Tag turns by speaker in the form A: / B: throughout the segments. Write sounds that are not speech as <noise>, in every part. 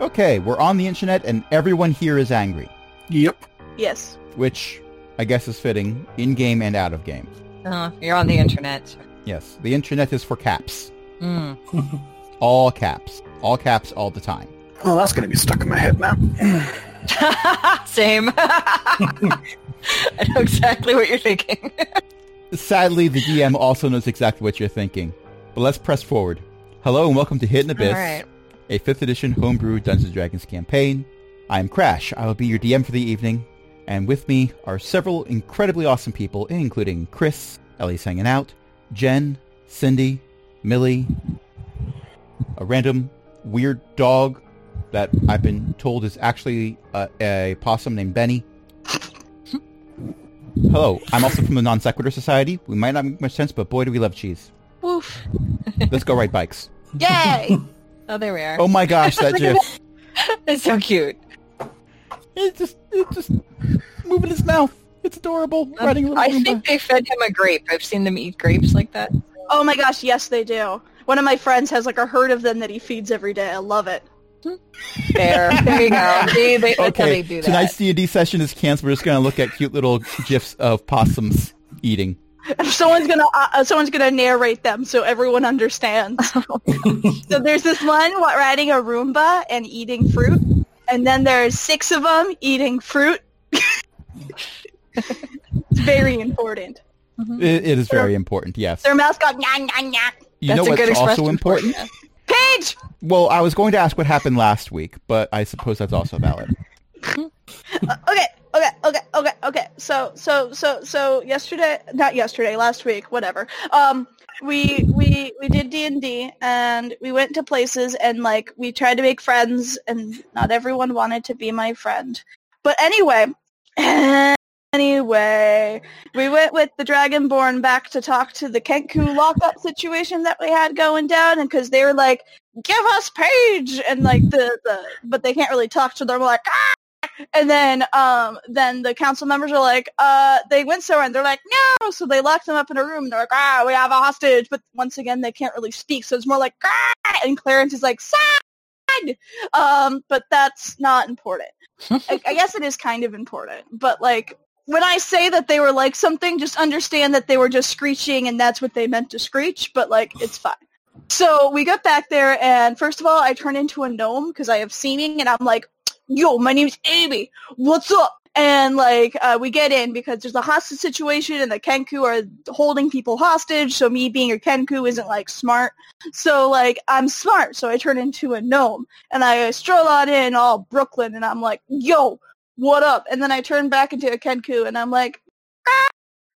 A: okay, we're on the internet and everyone here is angry,
B: Yep.
C: Yes.
A: which I guess is fitting in game and out of game.
D: Oh, you're on the internet.
A: Yes, the internet is for caps.
D: Mm.
A: All caps. All caps all the time.
B: Well, that's going to be stuck in my head now.
D: <laughs> Same. <laughs> I know exactly what you're thinking. <laughs>
A: Sadly, the DM also knows exactly what you're thinking. But let's press forward. Hello and welcome to Hidden Abyss,
D: right.
A: a 5th edition homebrew Dungeons & Dragons campaign. I am Crash. I will be your DM for the evening. And with me are several incredibly awesome people, including Chris, Ellie's hanging out, Jen, Cindy, Millie, a random weird dog that I've been told is actually a, a possum named Benny. Hello, I'm also from the Non Sequitur Society. We might not make much sense, but boy do we love cheese.
D: Woof.
A: Let's go ride bikes. <laughs>
D: Yay! Oh, there we are.
A: Oh my gosh,
D: <laughs>
A: that gif.
D: It's so cute.
A: It's just, it's just moving his mouth. It's adorable.
D: Um,
A: riding a little
D: I
A: Roomba.
D: think they fed him a grape. I've seen them eat grapes like that.
C: Oh my gosh, yes they do. One of my friends has like a herd of them that he feeds every day. I love it. <laughs>
D: There, there
A: <laughs>
D: you go. See, they, that's how they
A: okay,
D: do that.
A: tonight's D&D session is canceled. We're just going to look at cute little gifs of possums eating.
C: someone's gonna uh, uh, someone's gonna narrate them so everyone understands. so there's this one what, riding a Roomba and eating fruit, and then there's six of them eating fruit. <laughs> it's very important.
D: Mm-hmm.
A: It, it is very important, yes.
C: Their mouth's got nah nah nah.
A: You
D: That's
A: know
D: a good
A: what's
D: expression
A: also
D: for
A: important?
D: it.
C: Paige,
A: Well, I was going to ask what happened last week, but I suppose that's also valid.
C: okay, okay, okay, okay, okay. So, so, so, so yesterday, not yesterday, last week, whatever. Um, we we we did D and D, and we went to places, and like we tried to make friends, and not everyone wanted to be my friend. But anyway, <laughs> anyway, we went with the Dragonborn back to talk to the Kenku lockup situation that we had going down, and because they were like, "Give us Paige," and like the the, but they can't really talk to them. Like, ah! And then um then the council members are like, uh they went somewhere and they're like, No so they locked them up in a room and they're like, Ah, we have a hostage but once again they can't really speak, so it's more like ah! and Clarence is like sad Um but that's not important. I, I guess it is kind of important. But like when I say that they were like something, just understand that they were just screeching and that's what they meant to screech, but like it's fine. So we got back there and first of all I turn into a gnome because I have seeming and I'm like yo, my name's Amy. What's up? And like uh, we get in because there's a hostage situation and the Kenku are holding people hostage. So me being a Kenku isn't like smart. So like I'm smart. So I turn into a gnome and I stroll on in all Brooklyn and I'm like, yo, what up? And then I turn back into a Kenku and I'm like, ah!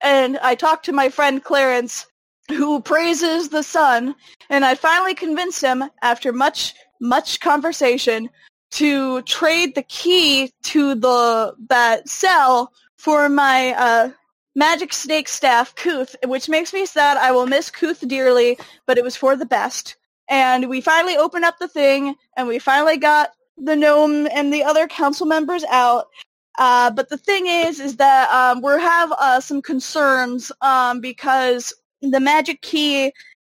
C: and I talk to my friend Clarence who praises the sun. And I finally convince him after much, much conversation to trade the key to the that cell for my uh, magic snake staff, Kuth, which makes me sad. I will miss Kuth dearly, but it was for the best. And we finally opened up the thing, and we finally got the gnome and the other council members out. Uh, but the thing is, is that um, we have uh, some concerns um, because the magic key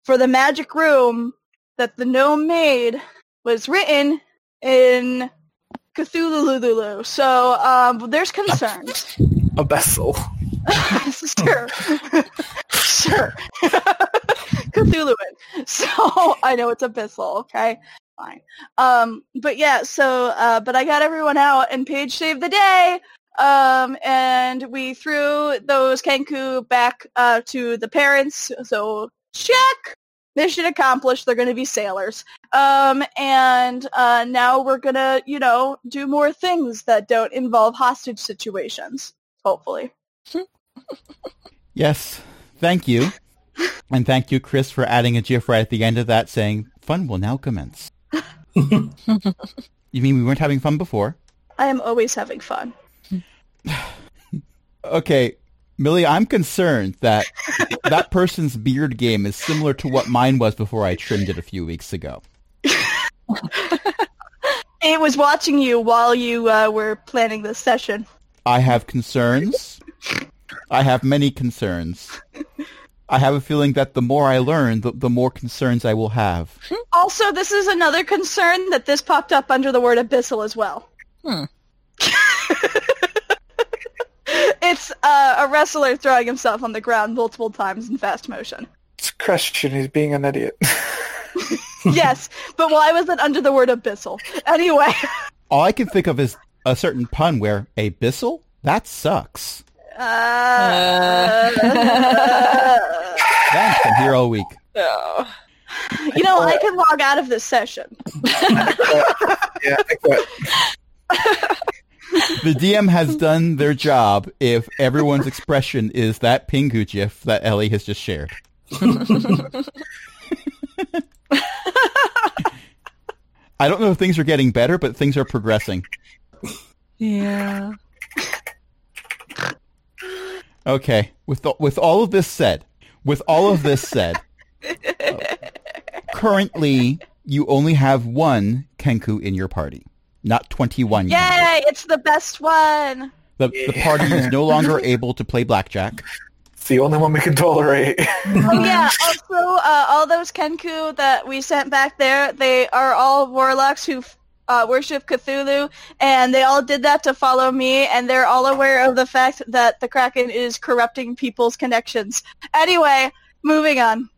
C: for the magic room that the gnome made was written in Cthulhu. So um, there's concerns.
B: A vessel.
C: <laughs> sure. sure. Cthulhu. So I know it's abyssal, okay? Fine. Um, but yeah, so uh, but I got everyone out and Paige saved the day. Um, and we threw those Kenku back uh, to the parents. So check. Mission accomplished. They're going to be sailors. Um, and uh, now we're gonna, you know, do more things that don't involve hostage situations. Hopefully.
A: Yes, thank you. And thank you, Chris, for adding a GIF right at the end of that saying, fun will now commence. you mean we weren't having fun before?
C: I am always having fun.
A: Okay, Millie, I'm concerned that that person's beard game is similar to what mine was before I trimmed it a few weeks ago.
C: It was watching you while you uh, were planning this session.
A: I have concerns. I have many concerns. I have a feeling that the more I learn, the, the more concerns I will have.
C: Also, this is another concern that this popped up under the word abyssal as well.
D: Hmm.
C: <laughs> it's uh, a wrestler throwing himself on the ground multiple times in fast motion.
B: It's Christian. He's being an idiot.
C: yes, but why was it under the word abyssal? Anyway, <laughs>
A: All I can think of is a certain pun where abyssal? That sucks.
C: uh,
A: Thanks, I'm here all week.
D: Oh.
C: <laughs> you know, I can log out of this session.
B: yeah, I quit.
A: The DM has done their job if everyone's expression is that Pingu gif that Ellie has just shared. I don't know if things are getting better, but things are progressing.
D: Yeah.
A: Okay, with the, with all of this said, with all of this said, currently you only have one Kenku in your party, not twenty-one. Kenku.
C: Yay, it's the best one.
A: The, the party is no longer able to play blackjack.
B: It's the only one we can <laughs> tolerate.
C: Oh
D: <laughs>
C: yeah. Also, uh, all those Kenku that we sent back there, they are all warlocks who uh, worship Cthulhu, and they all did that to follow me, and they're all aware of the fact that the Kraken is corrupting people's connections. Anyway, moving on.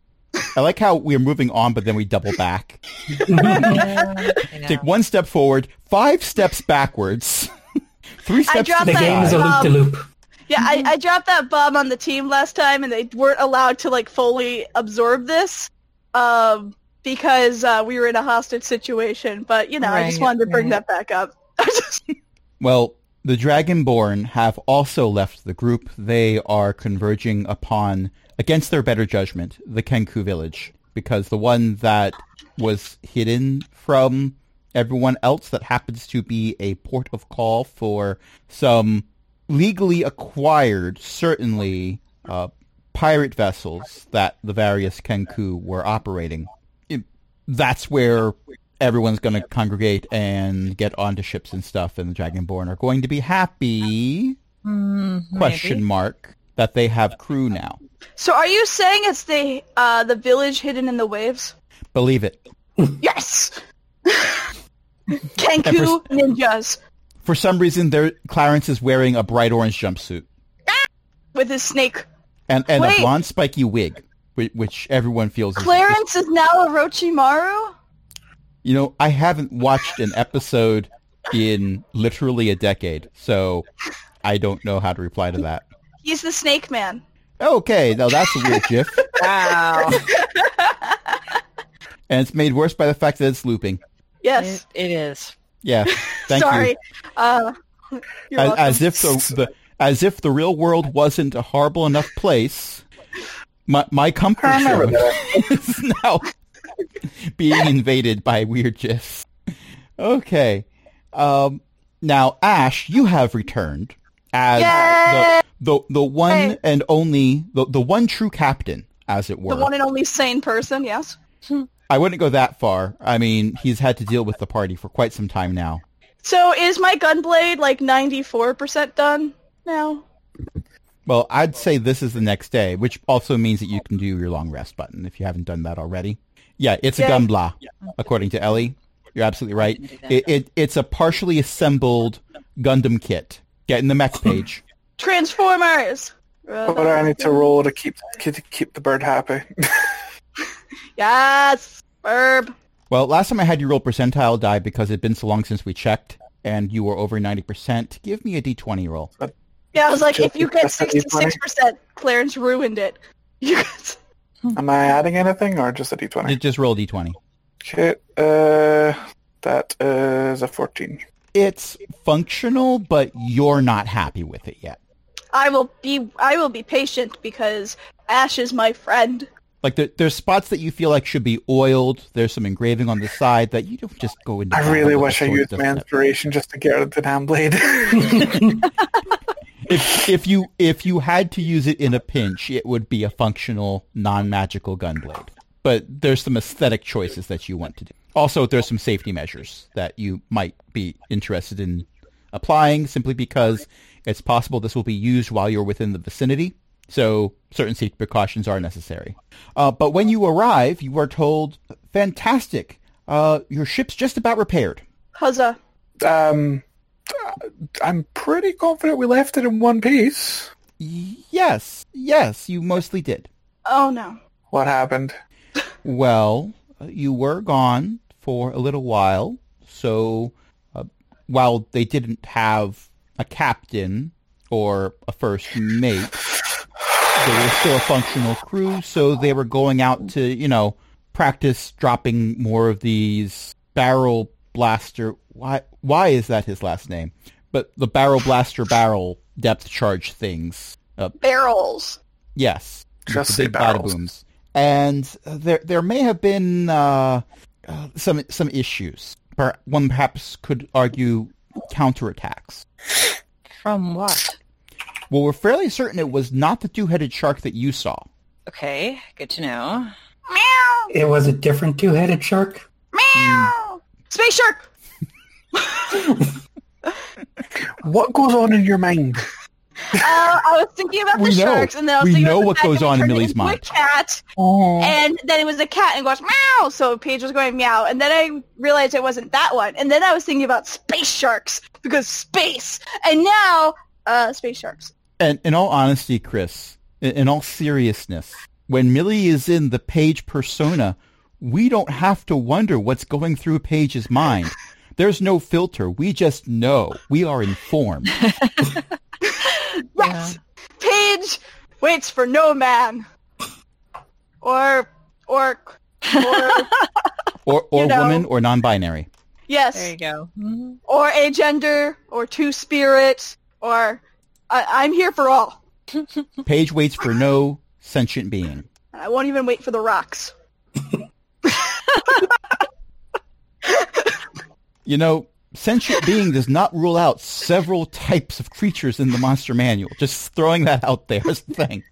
A: I like how we're moving on, but then we double back.
D: I know.
A: Take one step forward, five steps backwards, <laughs> three
C: I
A: steps to
C: dropped
A: the
C: that
E: The game is a
C: Um,
E: loop de loop.
C: Yeah, I, I dropped that bomb on the team last time, and they weren't allowed to like fully absorb this um, because uh, we were in a hostage situation. But you know, I just
D: Right,
C: wanted to bring
D: right.
C: that back up. <laughs>
A: Well, the Dragonborn have also left the group. They are converging upon, against their better judgment, the Kenku village. Because the one that was hidden from everyone else that happens to be a port of call for some legally acquired, certainly, uh, pirate vessels that the various Kenku were operating. It- that's where everyone's going to congregate and get onto ships and stuff, and the Dragonborn are going to be happy?
D: Hmm,
A: Question mark that they have crew now.
C: So, are you saying it's the uh, the village hidden in the waves?
A: Believe it.
C: Yes. <laughs> Kenku ninjas
A: For some reason, their Clarence is wearing a bright orange jumpsuit
C: with his snake.
A: and and
C: Wait.
A: a blonde spiky wig, whi- which everyone feels. is-
C: Clarence is now Orochimaru.
A: you know, I haven't watched an episode in literally a decade, so I don't know how to reply to that.
C: He's the Snake Man.
A: Okay, now that's a weird gif,
D: maybe. Wow.
A: <laughs> and it's made worse by the fact that it's looping.
C: Yes.
D: it, it is.
C: <laughs>
A: Yeah, thank
C: Sorry.
A: you.
C: Uh, you're
A: as,
C: welcome.
A: as if the, the as if the real world wasn't a horrible enough place. My my comfort
B: I remember
A: zone
B: that.
A: <laughs> is now being invaded by weird gifs. Okay, um, now Ash, you have returned as
C: Yay!
A: the, the the one
C: Hey.
A: and only the the one true captain, as it were.
C: the one and only sane person. Yes.
A: I wouldn't go that far. I mean, he's had to deal with the party for quite some time now.
C: So is my gunblade like 94% done now?
A: Well, I'd say this is the next day, which also means that you can do your long rest button if you haven't done that already. Yeah, it's
C: Yeah.
A: a gumbla, according to Ellie. You're absolutely right.
D: do that.
A: It, it it's a partially assembled Gundam kit. Get in the mech page.
C: Transformers!
B: What do I need to roll to keep to keep the bird happy?
C: Yes! Herb.
A: Well, last time I had you roll percentile die because it'd been so long since we checked, and you were over ninety percent. Give me a d20 roll.
C: Yeah, I was like,
B: Just
C: if you get
B: because it's
C: 66%, Clarence ruined it. <laughs> You guys-
B: Am I adding anything or just a
A: Ju-
B: d20?
A: Just roll a d20.
B: Okay, uh, that is a 14.
A: It's functional, but you're not happy with it yet.
C: I will be I will be patient because Ash is my friend.
A: Like there, there's spots that you feel like should be oiled. There's some engraving on the side that you don't just go into.
B: I
A: battle with
B: really
A: a
B: wish I
A: sword,
B: used
A: doesn't
B: my
A: it?
B: inspiration just to get out of the damn blade. <laughs>
A: If if you if you had to use it in a pinch, it would be a functional, non-magical gunblade. But there's some aesthetic choices that you want to do. Also, there's some safety measures that you might be interested in applying, simply because it's possible this will be used while you're within the vicinity. So certain safety precautions are necessary. Uh, but when you arrive, you are told, fantastic, uh, your ship's just about repaired.
C: Huzzah.
B: Um, I'm pretty confident we left it in one piece.
A: Yes, yes, you mostly did.
C: Oh no.
B: What happened?
A: Well, you were gone for a little while, so uh, while they didn't have a captain or a first mate, they were still a functional crew, so they were going out to, you know, practice dropping more of these barrel blaster. Why? Why is that his last name? But the barrel blaster barrel depth charge things.
C: Barrels.
A: Yes, with
B: Just
A: the
B: say
A: big bada
B: barrels.
A: booms. And uh, there, there may have been uh, uh, some some issues. Per- One perhaps could argue counterattacks.
D: From what?
A: Well, we're fairly certain it was not the two-headed shark that you saw.
D: Okay, good to know.
C: Meow.
E: It was a different two-headed shark.
C: Meow. Space
E: <laughs>
C: shark.
B: What goes on in your mind?
C: Uh, I was thinking about the
A: We know.
C: sharks, and then I was
A: We
C: thinking
A: know
C: about the
A: what
C: fact
A: goes
C: that we
A: on in
C: turned it
A: Millie's
C: into
A: mind.
C: A cat, and then it was a cat, and it goes meow. So Paige was going meow, and then I realized it wasn't that one, and then I was thinking about space sharks because space, and now uh, space sharks.
A: And in all honesty, Chris, in, in all seriousness, when Millie is in the Page persona, we don't have to wonder what's going through Page's mind. There's no filter. We just know. We are informed.
C: Yes, Paige waits for no man, or or or
D: <laughs>
A: Or, or
C: You know.
A: woman or non-binary.
D: There you
C: yes,
D: go. Mhm.
C: or a gender, or two spirit, or I- I'm here for all.
A: Page waits for no sentient being.
C: And I won't even wait for the rocks.
A: You know, sentient being does not rule out several types of creatures in the monster manual. Just throwing that out there is the thing.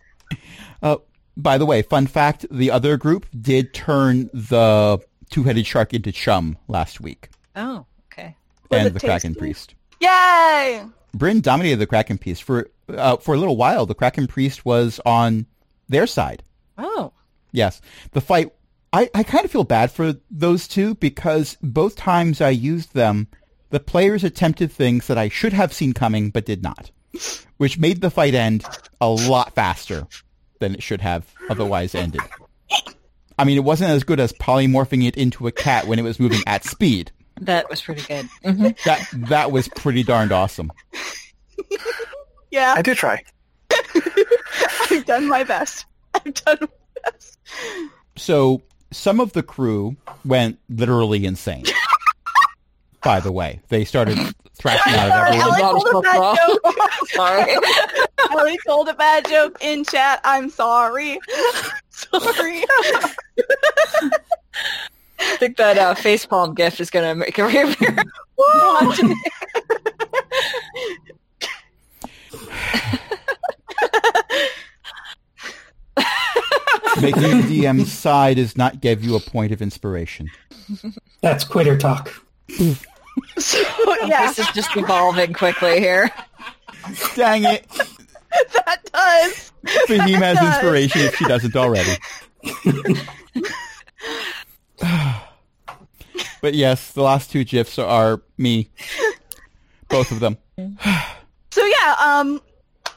A: Uh, by the way, fun fact, the other group did turn the two-headed shark into chum last week.
D: Oh, okay.
C: Was it
A: and the Kraken
C: tasty?
A: Priest.
C: Yay!
A: Bryn dominated the Kraken Priest. For, uh, for a little while, the Kraken Priest was on their side.
D: Oh,
A: Yes. The fight I, I kind of feel bad for those two because both times I used them, the players attempted things that I should have seen coming but did not. Which made the fight end a lot faster than it should have otherwise ended. I mean, it wasn't as good as polymorphing it into a cat when it was moving at speed.
D: that was pretty good.
A: <laughs>
D: Mhm.
A: That that was pretty darned awesome.
C: Yeah,
B: I do try.
C: <laughs> I've done my best. I've done my best.
A: So some of the crew went literally insane. By the way, they started thrashing out of
C: Sorry,
A: everyone.
C: Ellie told a bad joke.
A: <laughs>
D: Sorry.
C: Ellie told a bad joke in chat. I'm sorry. sorry.
D: I think that uh, facepalm gif is going to make a <laughs> reappearance.
C: Whoa.
A: Making the DM sigh does not give you a point of inspiration.
E: That's quitter talk.
A: <laughs>
C: so, yeah,
D: This is just evolving quickly here.
A: Dang it!
C: that does.
A: Fahim has inspiration if she doesn't already. <sighs> but yes, the last two gifs are me. Both of them.
C: So yeah, um,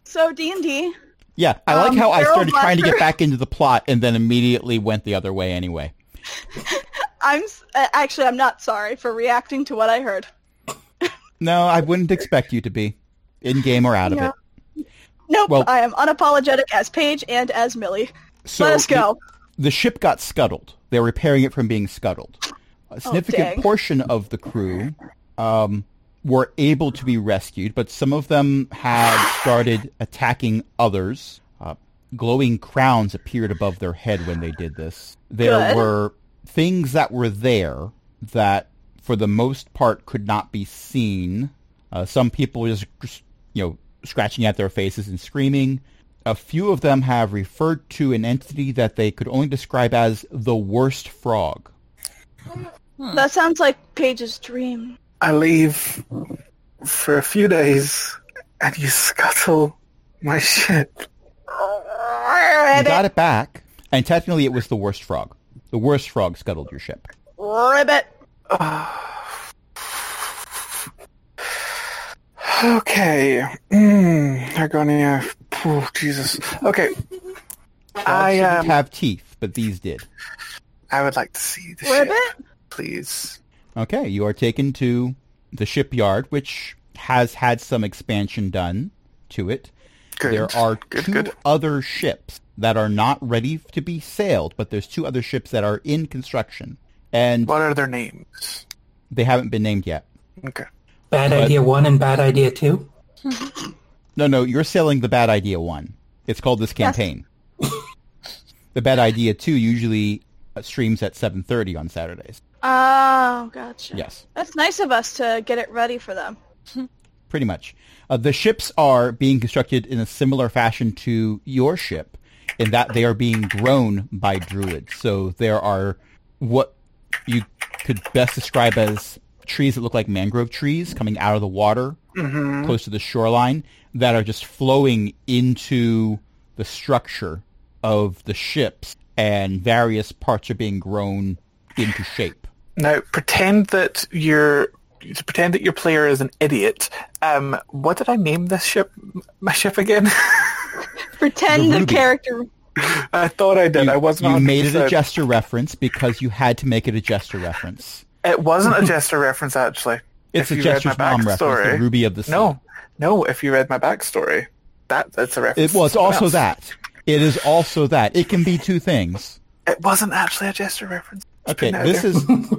C: so D and D.
A: Yeah, I like
C: Um,
A: how I
C: Feral
A: started trying to get
C: Blaster.
A: back into the plot and then immediately went the other way anyway.
C: I'm s- uh, actually I'm not sorry for reacting to what I heard.
A: No, I wouldn't expect you to be. In game or out
C: Yeah.
A: of
C: Nope,
A: Well-
C: I am unapologetic as Paige and as Millie.
A: it. So
C: Let us go.
A: the ship got scuttled. They're repairing it from being scuttled. A significant
C: dang.
A: portion of the crew um, were able to be rescued, but some of them had started attacking others. Uh, glowing crowns appeared above their head when they did this. There
C: Good.
A: were things that were there that, for the most part, could not be seen. Uh, some people were just, just, you know, scratching at their faces and screaming. A few of them have referred to an entity that they could only describe as the worst frog.
C: That sounds like Paige's dream.
B: I leave for a few days, and you scuttle my ship.
A: You got
C: Ribbit,
A: it back, and technically it was the worst frog. The worst frog scuttled your ship.
C: ribbit.
B: <sighs> Okay. Mm, Argonia. Oh, Jesus. Okay.
A: Frogs
B: I
A: didn't
B: um,
A: have teeth, but these did.
B: I would like to see the ship,
C: Ribbit?
B: please.
A: Okay, you are taken to the shipyard, which has had some expansion done to it.
B: Good.
A: There are
B: good.
A: two
B: Good.
A: other ships that are not ready to be sailed, but there's two other ships that are in construction, and
B: What are their names?
A: they haven't been named yet.
B: Okay.
E: Bad
A: But-
E: idea one and bad idea two.
A: No, no, you're selling the bad idea one. It's called this campaign. <laughs> the bad idea two usually uh, streams at 7.30 on Saturdays.
C: Oh, gotcha.
A: Yes,
C: That's nice of us to get it ready for them.
A: pretty much. Uh, the ships are being constructed in a similar fashion to your ship in that they are being grown by druids. So there are what you could best describe as trees that look like mangrove trees coming out of the water
B: Mm-hmm.
A: close to the shoreline that are just flowing into the structure of the ships and various parts are being grown into shape.
B: Now pretend that you're pretend that your player is an idiot. Um, what did I name this ship? My ship again? <laughs>
C: Pretend
A: The
C: the,
A: ruby.
C: character.
B: I thought I did.
A: you
B: I wasn't.
A: you made it a
B: 100%.
A: gesture reference because you had to make it a gesture reference.
B: It wasn't a jester reference actually.
A: It's
B: If
A: a
B: you read
A: gesture's
B: my
A: mom reference, the
B: backstory-
A: Ruby of the Sea.
B: No, no. If you read my backstory, that that's a reference.
A: It, well, it's
B: to someone
A: also
B: else.
A: that. It is also that. It can be two things.
B: It wasn't actually a jester reference. It's
A: Okay,
B: been out
A: this
B: there.
A: is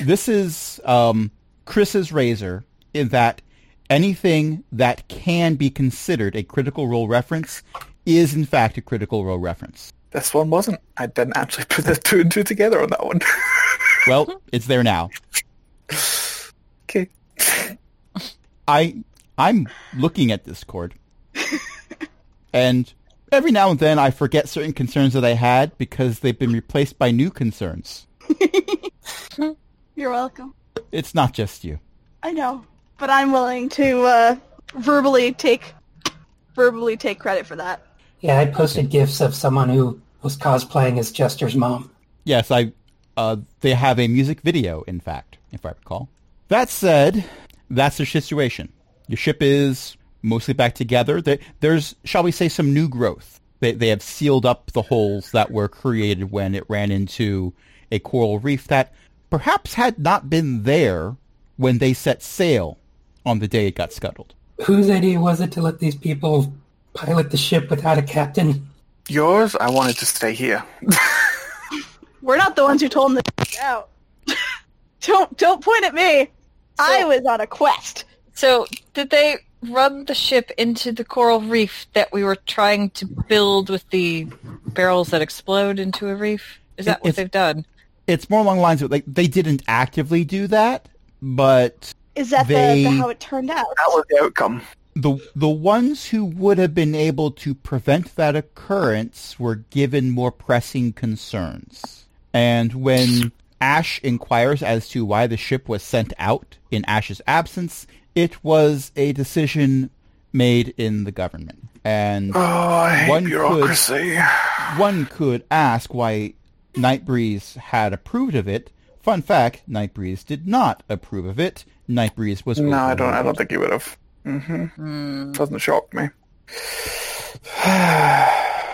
A: this is um, Chris's razor in that anything that can be considered a critical role reference is in fact a critical role reference.
B: this one wasn't. I didn't actually put the two and two together on that one. <laughs>
A: Well, it's there now.
B: okay.
A: I I'm looking at Discord, and every now and then I forget certain concerns that I had because they've been replaced by new concerns.
C: You're welcome.
A: It's not just you.
C: I know, but I'm willing to uh, verbally take verbally take credit for that.
E: Yeah, I posted gifs of someone who was cosplaying as Jester's mom.
A: Yes, I. Uh, they have a music video, in fact, if I recall. That said, that's their situation. Your ship is mostly back together. There, there's, shall we say, some new growth. They, they have sealed up the holes that were created when it ran into a coral reef that perhaps had not been there when they set sail on the day it got scuttled.
E: Whose idea was it to let these people pilot the ship without a captain?
B: Yours. I wanted to stay here.
C: We're not the ones who told him to out. <laughs> don't don't point at me. I was on a quest.
D: So, did they run the ship into the coral reef that we were trying to build with the barrels that explode into a reef? Is that
A: It-
D: what
A: it's-
D: they've done?
A: It's more along the lines of like they didn't actively do that, but
C: Is that
A: They-
C: the, the how it turned out?
B: That was the outcome.
A: the the ones who would have been able to prevent that occurrence were given more pressing concerns. And when Ash inquires as to why the ship was sent out in Ash's absence, it was a decision made in the government. And
B: Oh, I hate
A: One could-
B: bureaucracy.
A: one could ask why Nightbreeze had approved of it. Fun fact, Nightbreeze did not approve of it. Nightbreeze was
B: No, I don't. I
A: overruled.
B: don't think you would have. hmm
C: Mm.
D: Hmm.
B: Doesn't shock me. <sighs>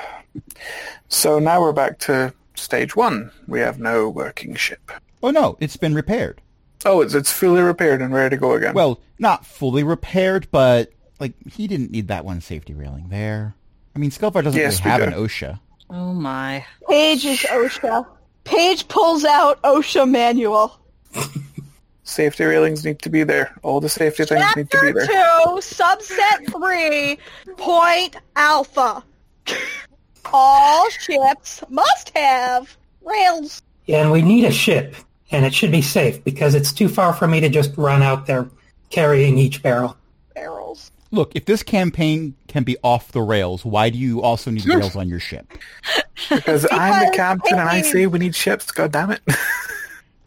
B: so now we're back to stage one. We have no working ship.
A: Oh no, it's been repaired.
B: Oh, it's it's fully repaired and ready to go again.
A: Well, not fully repaired, but like he didn't need that one safety railing there. I mean, Skelvar doesn't
B: Yes,
A: really have
B: we
A: an
B: do.
A: OSHA.
D: Oh my.
C: Paige is OSHA. Paige pulls out OSHA manual.
B: safety railings need to be there. All the safety things need to be
C: Chapter
B: there.
C: two, subset three, point
B: <laughs>
C: alpha. All ships must have rails.
E: Yeah, and we need a ship, and it should be safe because it's too far for me to just run out there carrying each barrel.
C: Barrels.
A: Look, if this campaign can be off the rails, why do you also need rails on your ship?
B: Because I'm the
C: Because
B: captain and I
C: taking-
B: say we need ships. God damn <laughs> it!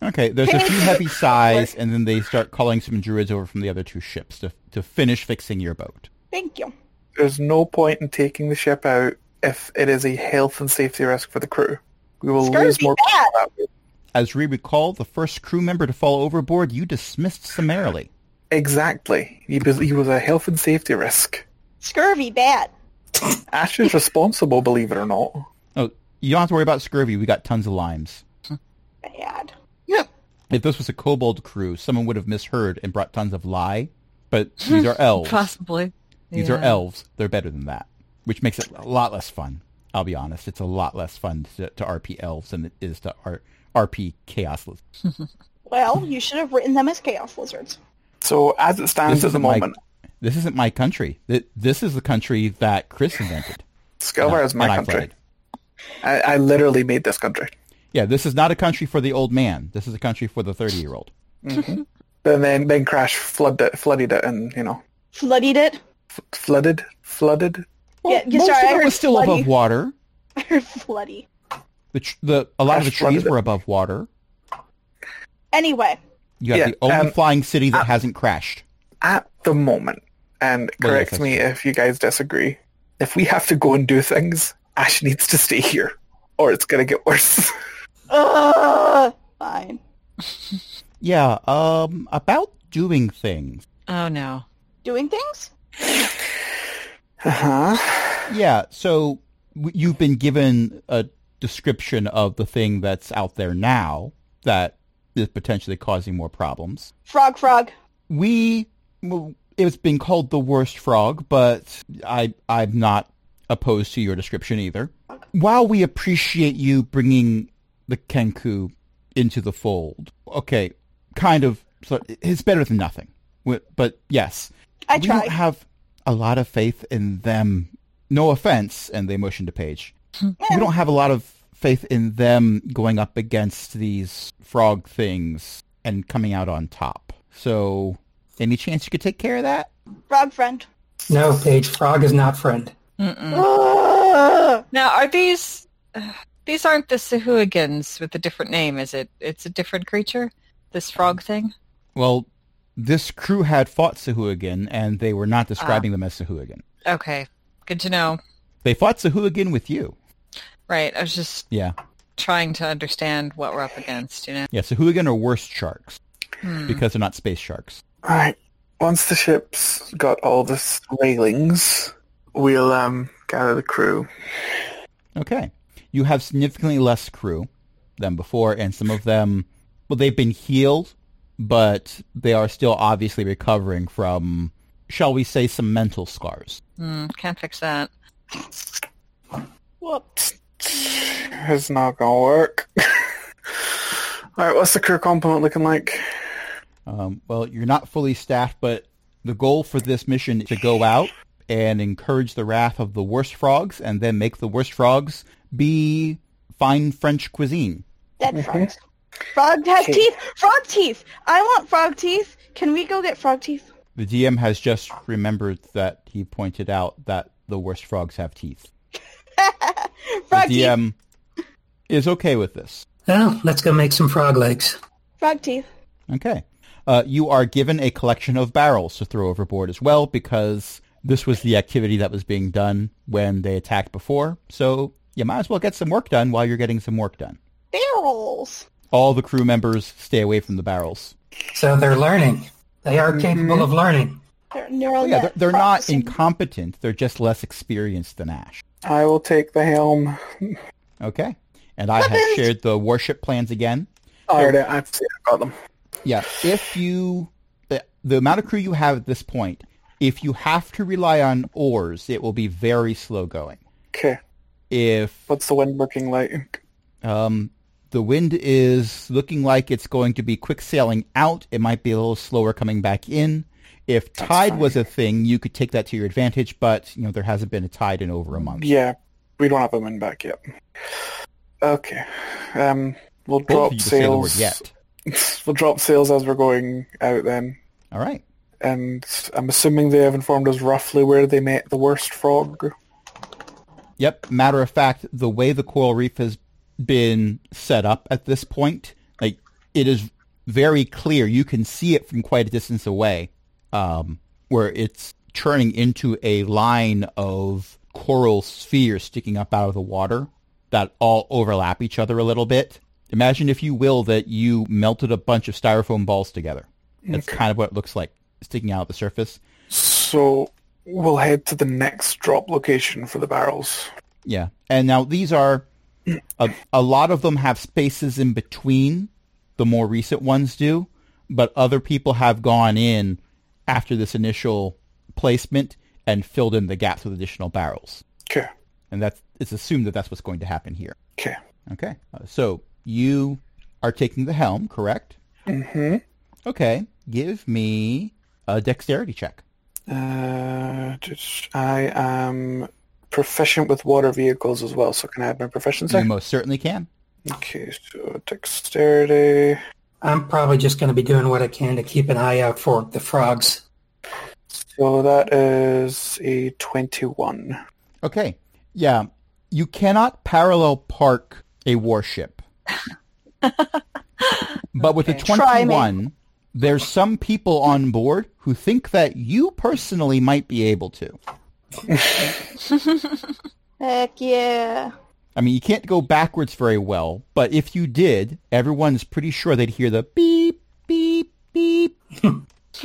A: Okay, there's a few heavy sighs,
B: <laughs>
A: and then they start calling some druids over from the other two ships to to finish fixing your boat.
C: Thank you.
B: There's no point in taking the ship out if it is a health and safety risk for the crew. We will
C: Scurvy
B: lose more.
C: bad.
A: As we recall, the first crew member to fall overboard, you dismissed summarily.
B: Exactly. He was, he was a health and safety risk.
C: Scurvy bad.
B: Ash is responsible, believe it or not.
A: Oh, you don't have to worry about scurvy. We got tons of limes.
C: Bad.
A: If this was a kobold crew, someone would have misheard and brought tons of lie. But these
C: <laughs>
A: are elves.
D: Possibly.
A: These are
D: Yeah.
A: elves. They're better than that, which makes it a lot less fun. I'll be honest. It's a lot less fun to, to RP elves than it is to R- RP chaos. Lizards.
C: Well, you should have written them as chaos lizards.
B: So as it stands at the
A: isn't my-
B: moment,
A: this isn't my country. Th- This is the country that Chris invented.
B: Skilvar is my
A: and I
B: country.
A: flooded.
B: I, I literally made this country.
A: Yeah, this is not a country for the old man. This is a country for the 30-year-old.
B: And then then Crash flooded it, flooded it, and you know,
C: Flooded it.
B: f- flooded, flooded.
C: yeah, yeah,
A: Most
C: sorry,
A: of
C: I
A: it
C: heard
A: was still
C: bloody.
A: above water.
C: <laughs> I heard floody.
A: The, tr- the a lot of the
B: Crash flooded
A: trees
B: it.
A: were above water.
C: Anyway,
A: You have
B: Yeah,
A: the only
B: um,
A: flying city that hasn't crashed.
B: At the moment, and
A: Well, yes,
B: correct
A: that's
B: me
A: true.
B: if you guys disagree. If we have to go and do things, Ash needs to stay here, or it's gonna get worse. <laughs>
C: uh, fine.
A: Yeah. Um. About doing things.
D: Oh no.
C: Doing things?
B: Uh-huh.
A: Yeah. So w- you've been given a description of the thing that's out there now that is potentially causing more problems.
C: Frog, frog.
A: we well, it's been called the worst frog, but I I'm not opposed to your description either. While we appreciate you bringing the Kenku into the fold, okay, kind of, so it's better than nothing. Wi- But yes,
C: I
A: we
C: tried.
A: don't have a lot of faith in them. No offense, and they motion to Paige.
C: Hmm.
A: we don't have a lot of faith in them going up against these frog things and coming out on top. So, any chance you could take care of that? <laughs>
C: frog friend.
E: No, Paige, Frog is not friend.
D: Mm-mm.
C: Uh,
D: Now, are these uh, these aren't the Sahuagins with a different name? Is it? It's a different creature. This frog thing.
A: Well, this crew had fought Sahuagin, and they were not describing
C: Ah.
A: them as Sahuagin.
D: Okay, good to know.
A: They fought Sahuagin with you.
D: Right, I was just
A: Yeah.
D: trying to understand what we're up against. You know.
A: Yeah, Sahuagin are worse sharks
D: Hmm.
A: because they're not space sharks.
B: Right. Once the ship's got all the s- railings, we'll um gather the crew.
A: Okay. You have significantly less crew than before, and some of them, well, they've been healed, but they are still obviously recovering from, shall we say, some mental scars.
D: Hmm, can't fix that.
C: whoops.
B: It's not gonna work. <laughs> all right. What's the crew component looking like?
A: Um, well, you're not fully staffed, but the goal for this mission is to go out and encourage the wrath of the worst frogs, and then make the worst frogs be fine French cuisine.
C: Dead frogs. Frog has
B: Okay.
C: teeth. Frog teeth. I want frog teeth. Can we go get frog teeth? <laughs>
A: The DM has just remembered that he pointed out that the worst frogs have teeth.
C: Frog
A: the um, DM
C: teeth.
A: is okay with this.
E: Well, let's go make some frog legs.
C: Frog teeth.
A: Okay. Uh, you are given a collection of barrels to throw overboard as well because this was the activity that was being done when they attacked before. So you might as well get some work done while you're getting some work done.
C: Barrels.
A: All the crew members stay away from the barrels.
E: So they're learning. They are capable of learning.
C: They're neural.
A: Oh, yeah,
C: net
A: they're, they're not
C: processing.
A: incompetent. They're just less experienced than Ash.
B: I will take the helm.
A: Okay. And I have
C: Weapons!
A: shared the worship plans again.
B: All right. I've seen- I've got them.
A: Yeah, if you the, the amount of crew you have at this point, if you have to rely on oars, it will be very slow going.
B: Okay.
A: If
B: What's the wind looking like?
A: Um, the wind is looking like it's going to be quick sailing out. It might be a little slower coming back in. If tide was a thing, you could take that to your advantage, but you know there hasn't been a tide in over a month.
B: Yeah, we don't have a wind back yet. Okay. Um, we'll
A: Both of
B: drop
A: you to say the word
B: sails.
A: yet.
B: We'll drop sails as we're going out then.
A: All right.
B: And I'm assuming they have informed us roughly where they met the worst frog.
A: Yep. Matter of fact, the way the coral reef has been set up at this point, like it is very clear. You can see it from quite a distance away, um, where it's churning into a line of coral spheres sticking up out of the water that all overlap each other a little bit. Imagine, if you will, that you melted a bunch of styrofoam balls together. That's kind of what it looks like sticking out at the surface.
B: So we'll head to the next drop location for the barrels.
A: Yeah. And now these are a, a lot of them have spaces in between the more recent ones do, but other people have gone in after this initial placement and filled in the gaps with additional barrels.
B: Okay.
A: And that's it's assumed that that's what's going to happen here.
B: Okay.
A: Okay. Uh, So you are taking the helm, correct?
B: Mm-hmm.
A: Okay. Give me a dexterity check.
B: Uh, just- I am proficient with water vehicles as well, so can I have my proficiency?
A: You most certainly can.
B: Okay, so dexterity.
E: I'm probably just going to be doing what I can to keep an eye out for the frogs.
B: So that is a 21.
A: Okay. Yeah. You cannot parallel park a
C: <laughs>
A: warship. but with the
D: Okay.
C: Try me.
A: 21, there's some people on board who think that you personally might be able to.
C: Heck yeah.
A: I mean, you can't go backwards very well, but if you did, everyone's pretty sure they'd hear the beep, beep, beep. okay,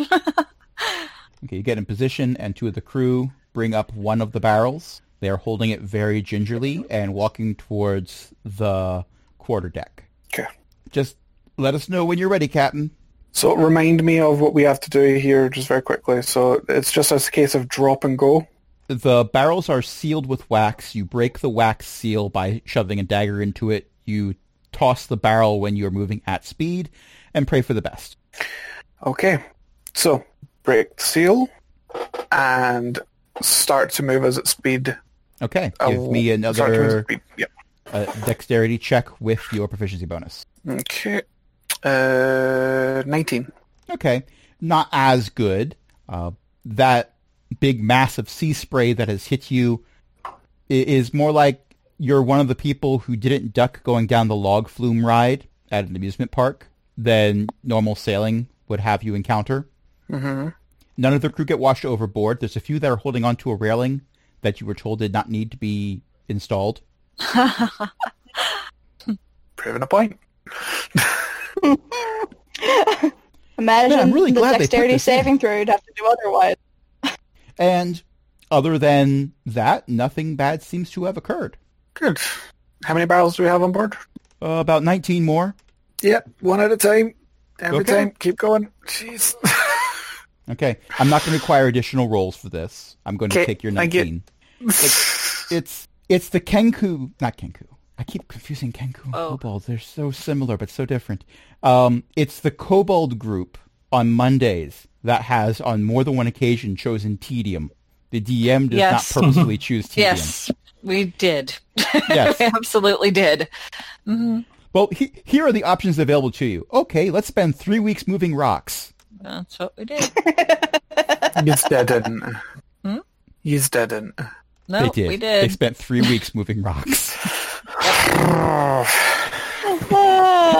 A: you get in position, and two of the crew bring up one of the barrels. They are holding it very gingerly and walking towards the quarter deck.
B: Okay.
A: Just let us know when you're ready, Captain.
B: So remind me of what we have to do here just very quickly. So it's just a case of drop and go.
A: The barrels are sealed with wax. You break the wax seal by shoving a dagger into it. You toss the barrel when you're moving at speed and pray for the best.
B: Okay. So break the seal and start to move as at speed.
A: Okay,
B: Oh,
A: give me
B: start to move at
A: another
B: speed. Yep.
A: uh, dexterity check with your proficiency bonus.
B: Okay. Uh, 19.
A: Okay, not as good. Uh, that big mass of sea spray that has hit you i- is more like you're one of the people who didn't duck going down the log flume ride at an amusement park than normal sailing would have you encounter.
B: Mm-hmm.
A: None of the crew get washed overboard. There's a few that are holding onto a railing that you were told did not need to be installed.
B: Proving a point.
C: Imagine
A: Man, I'm really
C: the
A: glad they put
C: dexterity
A: this in.
C: saving throw you'd have to do otherwise.
A: And other than that, nothing bad seems to have occurred.
B: Good. How many barrels do we have on board?
A: Uh, about 19 more.
B: Yep, one at a time. Every
A: Okay.
B: time. Keep going. Jeez.
A: Okay. I'm not going to require additional rolls for this. I'm going to
B: Okay,
A: take your
B: thank you.
A: 19. It's it's the Kenku, not Kenku. I keep confusing Kenku and
D: Oh.
A: Kobold. They're so similar but so different. Um, it's the Kobold group on Mondays that has on more than one occasion chosen Tedium. The DM does
D: Yes.
A: not
D: <laughs>
A: purposely choose Tedium.
D: yes, we did.
A: Yes.
D: <laughs> we absolutely did. Mhm.
A: Well, he, here are the options available to you. Okay, let's spend three weeks moving rocks.
D: That's what
A: <laughs>
D: we did.
B: <laughs> He's dead in.
D: Hmm?
B: He's dead in.
D: No,
A: they did.
D: Oh, we
A: They
D: did.
A: spent three weeks moving rocks. I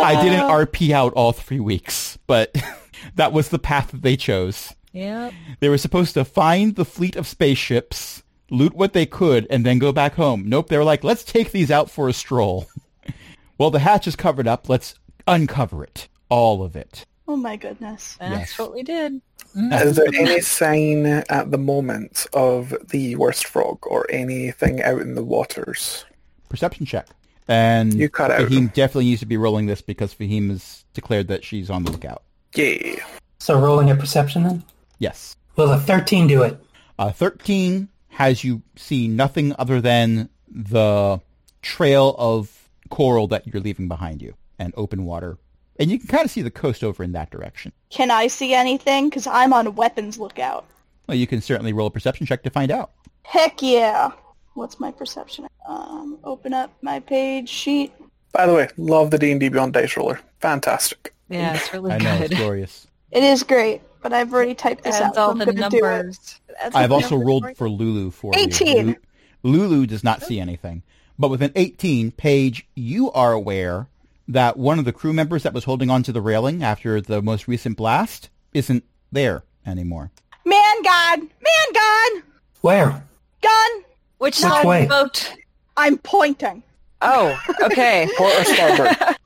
C: I
A: didn't RP out all three weeks, but <laughs> that was the path that they chose.
D: Yeah.
A: They were supposed to find the fleet of spaceships, loot what they could, and then go back home. Nope, they were like, let's take these out for a stroll. <laughs> well, the hatch is covered up. Let's uncover it. All of it.
C: Oh my goodness.
D: That's
A: Yes.
D: what we did.
B: Is there any sign at the moment of the worst frog or anything out in the waters?
A: Perception check. And
B: You cut out.
A: Fahim definitely needs to be rolling this because Fahim has declared that she's on the lookout.
B: Yeah.
E: So rolling a perception then?
A: Yes.
E: Will a 13 do it?
A: Uh, 13 has you see nothing other than the trail of coral that you're leaving behind you and open water. And you can kind of see the coast over in that direction.
C: Can I see anything? Because I'm on weapons lookout.
A: Well, you can certainly roll a perception check to find out.
C: Heck yeah. What's my perception? Um, open up my page sheet.
B: By the way, love the D&D Beyond Dice Roller. Fantastic.
D: Yeah, it's really
A: I know, it's
D: good.
A: glorious.
C: It is great, but I've already typed this out.
D: Adds
C: so
D: all
C: I'm
D: the
C: gonna do it.
D: numbers.
C: Adds all
A: I've
C: the
A: also
C: numbers
A: rolled
C: for you.
A: for Lulu for
C: 18.
A: you. Lulu, Lulu does not see anything. But with an 18, Paige, you are aware that one of the crew members that was holding onto the railing after the most recent blast isn't there anymore.
C: Man God! Man God!
E: Where?
C: Gun!
D: Which
E: Which
D: side
E: way?
D: of the boat?
C: I'm pointing.
D: Oh, <laughs> okay.
B: Port or starboard?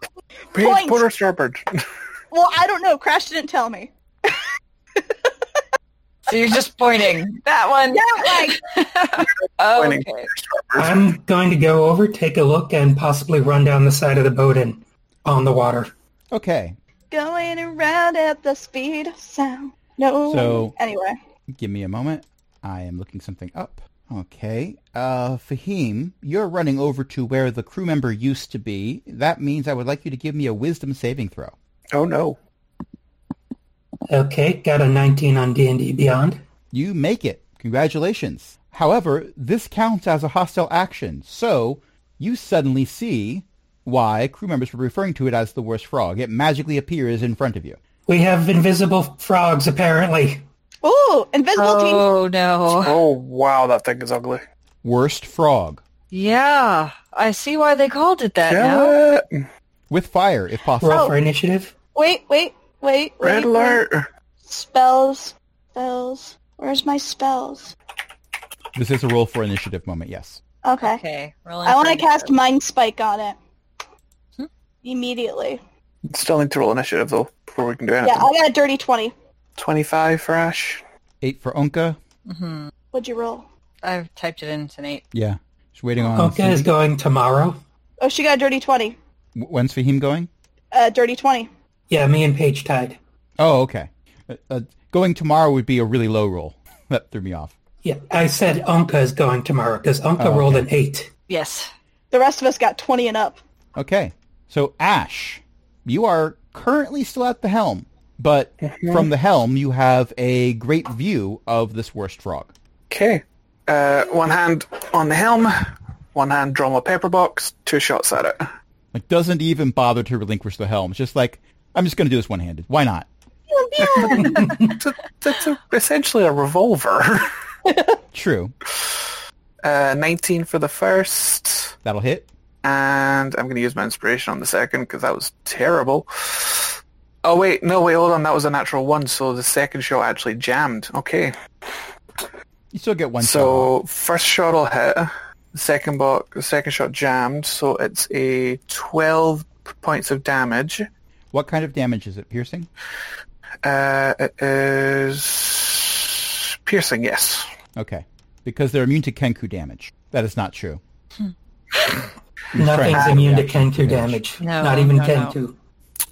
B: Page,
C: Point.
B: port or starboard?
C: Well, I don't know. Crash didn't tell me.
D: so you're just pointing. That one.
C: Yeah,
D: <laughs>
C: like
D: Oh,
B: Pointing.
D: okay.
E: I'm going to go over, take a look, and possibly run down the side of the boat and on the water.
A: Okay.
C: going around at the speed of sound. No.
A: So-
C: anyway,
A: Give me a moment. I am looking something up. Okay. Uh, Fahim, you're running over to where the crew member used to be. That means I would like you to give me a wisdom saving throw.
B: <laughs> Oh no.
E: Okay, got a 19 on D&D Beyond.
A: You make it. Congratulations. However, this counts as a hostile action, so you suddenly see why crew members were referring to it as the worst frog. It magically appears in front of you.
E: We have invisible frogs, apparently.
C: ooh, invisible team.
D: Oh no.
B: Oh wow, that thing is ugly.
A: Worst frog.
D: Yeah, I see why they called it that now.
B: Yeah.
A: With fire, if possible.
E: Roll
D: Oh.
E: for initiative.
C: Wait, wait, wait, wait. wait.
B: Red alert.
C: Spells, spells. Where's my spells?
A: This is a roll for initiative moment, yes.
C: Okay.
D: Okay, rolling.
C: I want to Hmm?
D: for-
C: cast Mind Spike on it immediately.
B: Still need to roll initiative though before we can do anything.
C: Yeah, I got a dirty twenty.
B: Twenty-five for Ash.
A: Eight for Unka.
C: What'd you roll?
D: I've typed it in it's an eight.
A: Yeah. Just waiting on...
E: Oka is going tomorrow.
C: Oh, she got a dirty twenty.
A: W- When's Fahim going?
C: Uh, dirty twenty.
E: Yeah, me and Paige tied.
A: Oh, okay. Uh, uh, going tomorrow would be a really low roll. <laughs> that threw me off.
E: Yeah, I said Unka is going tomorrow because Unka
A: Oh,
E: rolled an 8.
D: Yes.
C: The rest of us got twenty and up.
A: Okay. So Ash, you are currently still at the helm, but from the helm you have a great view of this worst frog.
B: Okay. Uh, one hand on the helm, one hand draw my paper box, two shots at it.
A: Like doesn't even bother to relinquish the helm. It's just like I'm just going to do this one-handed. Why not?
B: It's a- That's a, essentially a revolver. <laughs>
A: True.
B: Uh, 19 for the first,
A: That'll hit.
B: and I'm going to use my inspiration on the second because that was terrible. Oh wait, no wait, hold on, that was a natural one, so the second shot actually jammed. Okay,
A: You still get one shot off.
B: so first shot will hit, the second bo- the second shot jammed, so it's a 12 points of damage.
A: What kind of damage is it? Piercing?
B: Uh, it is piercing, yes.
A: Okay. Because they're immune to Kenku damage. That is not true.
E: Nothing's
A: Right.
E: immune to
A: Yeah.
E: Kenku damage.
D: No,
E: Not even
D: no, no.
E: Kenku.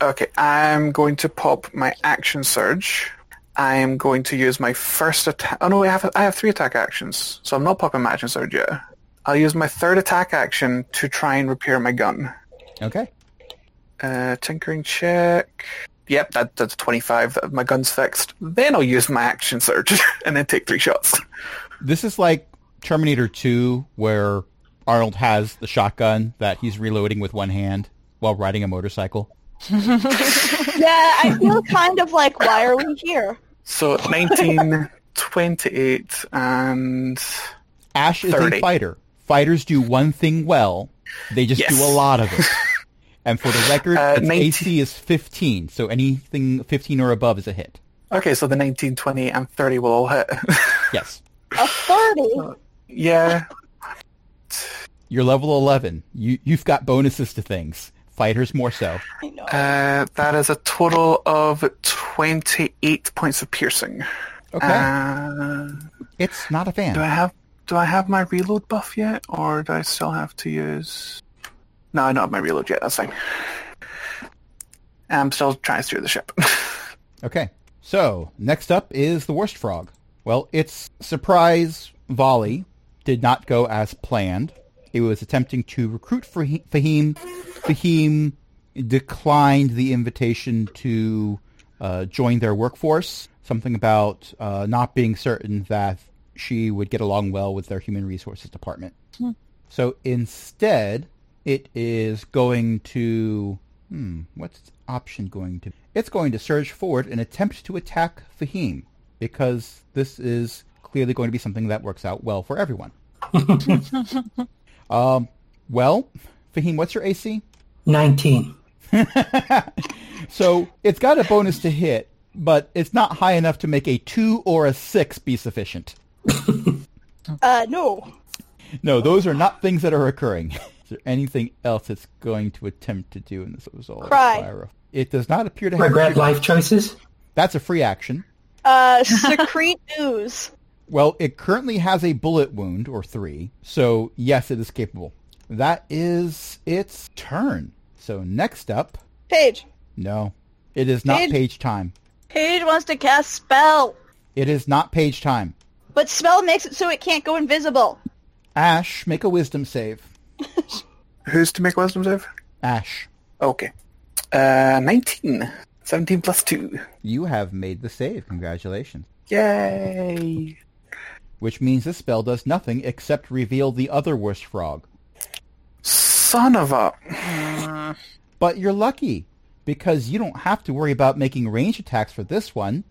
B: Okay, I'm going to pop my action surge. I am going to use my first attack. Oh no, I have I have three attack actions, so I'm not popping my action surge yet. I'll use my third attack action to try and repair my gun.
A: Okay.
B: Uh, tinkering check. Yep, that, that's 25. My gun's fixed. Then I'll use my action surge <laughs> and then take three shots.
A: This is like Terminator 2 where Arnold has the shotgun that he's reloading with one hand while riding a motorcycle.
C: <laughs> Yeah, I <laughs> feel kind of like, why are we here?
B: So 19, 28, and
A: Ash is
B: 30.
A: a fighter. Fighters do one thing well. They just
B: Yes.
A: do a lot of
B: <laughs>
A: it. and for the record,
B: Uh,
A: its
B: 19.
A: AC is 15, so anything 15 or above is a hit.
B: Okay, so the 19, 20, and 30 will all hit. <laughs>
A: Yes.
C: A thirty.
B: yeah.
A: You're level 11. You, you've got bonuses to things. Fighters more so.
C: I know.
B: Uh, that is a total of 28 points of piercing.
A: Okay.
B: Uh,
A: it's not a
B: do I
A: fan.
B: have do I have my reload buff yet, or do I still have to use? No, I don't have my reload yet. That's fine. I'm still trying to steer the ship. <laughs>
A: Okay. So, next up is the worst frog. Well, its surprise volley did not go as planned. It was attempting to recruit Fahi- Fahim. Fahim declined the invitation to uh, join their workforce. Something about uh, not being certain that she would get along well with their human resources department. So instead, it is going to. Hmm, what's its option going to? It's going to surge forward and attempt to attack Fahim because this is clearly going to be something that works out well for everyone. um, well, Fahim, what's your AC?
E: 19.
A: <laughs> So it's got a bonus to hit, but it's not high enough to make a two or a six be sufficient.
C: Uh, no.
A: No, those are not things that are occurring. <laughs> Is there anything else it's going to attempt to do in this result?
C: Cry.
A: It does not appear to have.
E: Regret life choices.
A: That's a free action.
C: Uh, <laughs> secrete ooze.
A: Well, it currently has a bullet wound or three, so yes, it is capable. That is its turn. So next up,
C: Paige.
A: no, it is not
C: Paige-
A: page time.
C: Paige wants to cast spell,
A: It is not page time.
C: but spell makes it so it can't go invisible.
A: Ash, make a wisdom save.
B: Who's to make wisdom save?
A: Ash,
B: Okay. Uh, 19. 17 plus 2.
A: you have made the save. Congratulations.
B: Yay!
A: Which means this spell does nothing except reveal the other worst frog.
B: Son of a...
A: But you're lucky, because you don't have to worry about making range attacks for this one.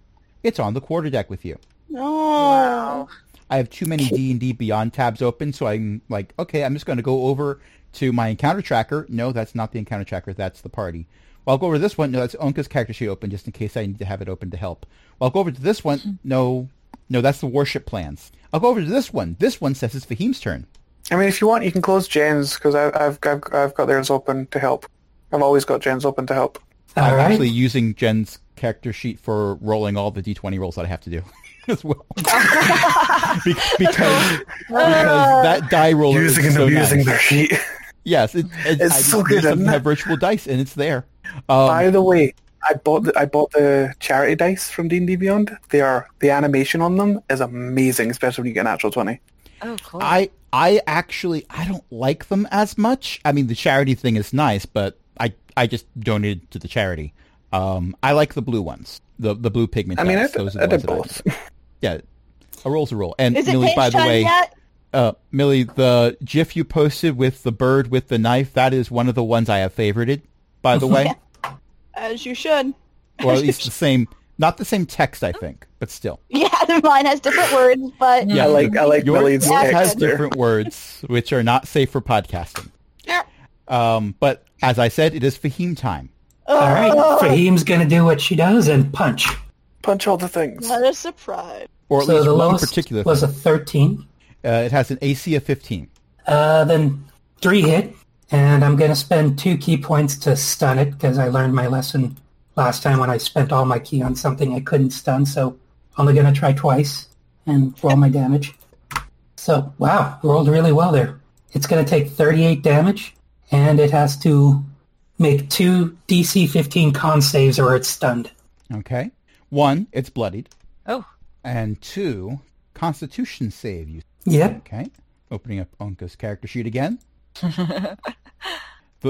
A: It's on the quarterdeck with you.
C: No.
A: I have too many D and D Beyond tabs open, so I'm like, okay, I'm just going to go over to my encounter tracker. No, that's not the encounter tracker. That's the party. Well, I'll go over to this one. No, that's Onka's character sheet open, just in case I need to have it open to help. Well, I'll go over to this one. No, no, that's the warship plans. I'll go over to this one. This one says it's Fahim's turn.
B: I mean, if you want, you can close Jen's, because I've, I've, I've got theirs open to help. I've always got Jen's open to help.
E: All
A: I'm
E: right.
A: actually using Jen's character sheet for rolling all the D20 rolls that I have to do <laughs> as well. Be- because, because that die roller is so nice.
B: <laughs> sheet.
A: Yes, it, it,
B: It's
A: I
B: so
A: just need something
B: good, isn't
A: to
B: it?
A: have virtual dice, and it's there.
B: By
A: Um,
B: the way, I bought the, I bought the charity dice from D&D Beyond. They are the animation on them is amazing, especially when you get a natural twenty.
D: Oh, cool.
A: I I actually I don't like them as much. I mean, the charity thing is nice, but I I just donated to the charity. Um, I like the blue ones, the the blue pigment.
B: I mean, I,
A: dice.
B: d-
A: Those are the
B: I
A: ones that
B: did both.
A: <laughs> yeah, a roll's a roll. And
C: Is it
A: Millie,
C: Paige
A: by the
C: time
A: way,
C: yet?
A: uh, Millie, the GIF you posted with the bird with the knife, that is one of the ones I have favorited. By
B: <laughs>
A: the way,
C: As you should. <laughs>
A: or at least the same, not the same text, I think, but still.
C: Yeah, <laughs> mine has different words, but
B: I like I like
A: Yours
B: Millie's
C: app
A: has
B: text there.
A: different words, which are not safe for podcasting.
C: Yeah.
A: Um, but as I said, it is Fahim time.
E: All right.
D: Oh.
E: Fahim's going to do what she does and punch.
B: Punch all the things.
C: what a surprise.
A: Or at
E: So
A: least
E: the
A: one
E: lowest
A: particular
E: was
A: thing.
E: a 13.
A: Uh, it has an AC of 15.
E: Uh, then three hit, and I'm going to spend two key points to stun it because I learned my lesson last time when I spent all my key on something I couldn't stun. So only going to try twice and roll my damage. So wow, rolled really well there. It's going to take 38 damage, and it has to make two DC 15 con saves or it's stunned.
A: Okay. One, it's bloodied.
D: oh,
A: And two, Constitution save. You
E: Yep.
A: Okay. Opening up Onka's character sheet again. the,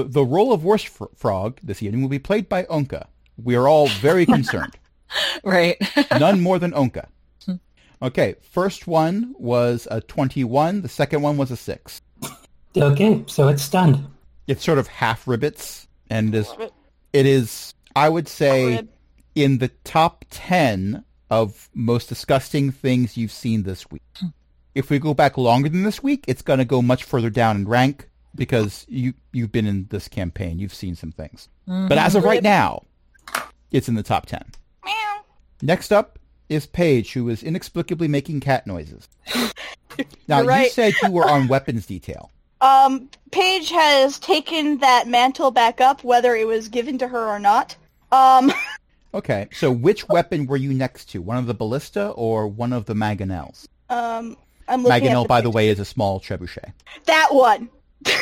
A: the role of Worst Fr- Frog this evening will be played by Onka. We are all very concerned.
D: right. <laughs>
A: None more than Onka. Okay, first one was a 21. The second one was a 6.
E: Okay, so it's stunned.
A: It's sort of half ribbits, and it is,
C: Love it.
A: it is I would say,
C: Rib.
A: in the top 10 of most disgusting things you've seen this week. If we go back longer than this week, it's going to go much further down in rank because you, you've been in this campaign. You've seen some things. But as of right
C: Rib.
A: now, it's in the top 10.
C: Meow.
A: Next up is Paige, who is inexplicably making cat
C: <laughs>
A: noises. now,
C: You're
A: you
C: right.
A: said you were on weapons detail.
C: Um, Paige has taken that mantle back up, whether it was given to her or not. Um, <laughs>
A: Okay, so which weapon were you next to? One of the ballista or one of the mangonels?
C: um, I'm looking at
A: Mangonel,
C: the
A: by the way, is a small trebuchet.
C: That one. <laughs>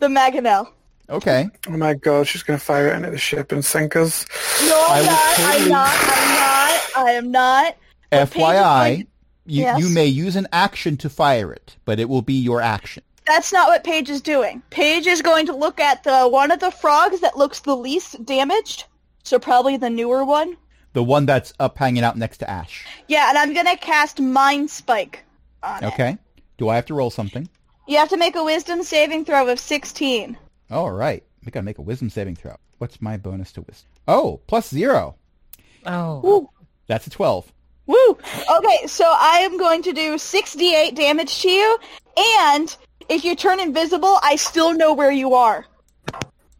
C: the Maganel.
A: Okay,
B: Oh my god, she's gonna fire it into the ship and sink us.
C: No,
A: I
C: I'm
A: will
C: not.
A: totally-
C: I'm not. I'm not. I am not. Paige is
A: FYI,
C: like-
A: you,
C: Yes.
A: you may use an action to fire it, but it will be your action.
C: That's not what Paige is doing. Paige is going to look at the one of the frogs that looks the least damaged. So probably the newer one.
A: The one that's up hanging out next to Ash.
C: Yeah, and I'm gonna cast Mind Spike on it.
A: Okay, do I have to roll something?
C: You have to make a Wisdom saving throw of 16.
A: All right, I gotta make a wisdom saving throw. What's my bonus to wisdom? Oh, plus zero.
D: Oh,
A: That's a 12.
C: Woo! Okay, so I am going to do 6d8 damage to you, and if you turn invisible, I still know where you are.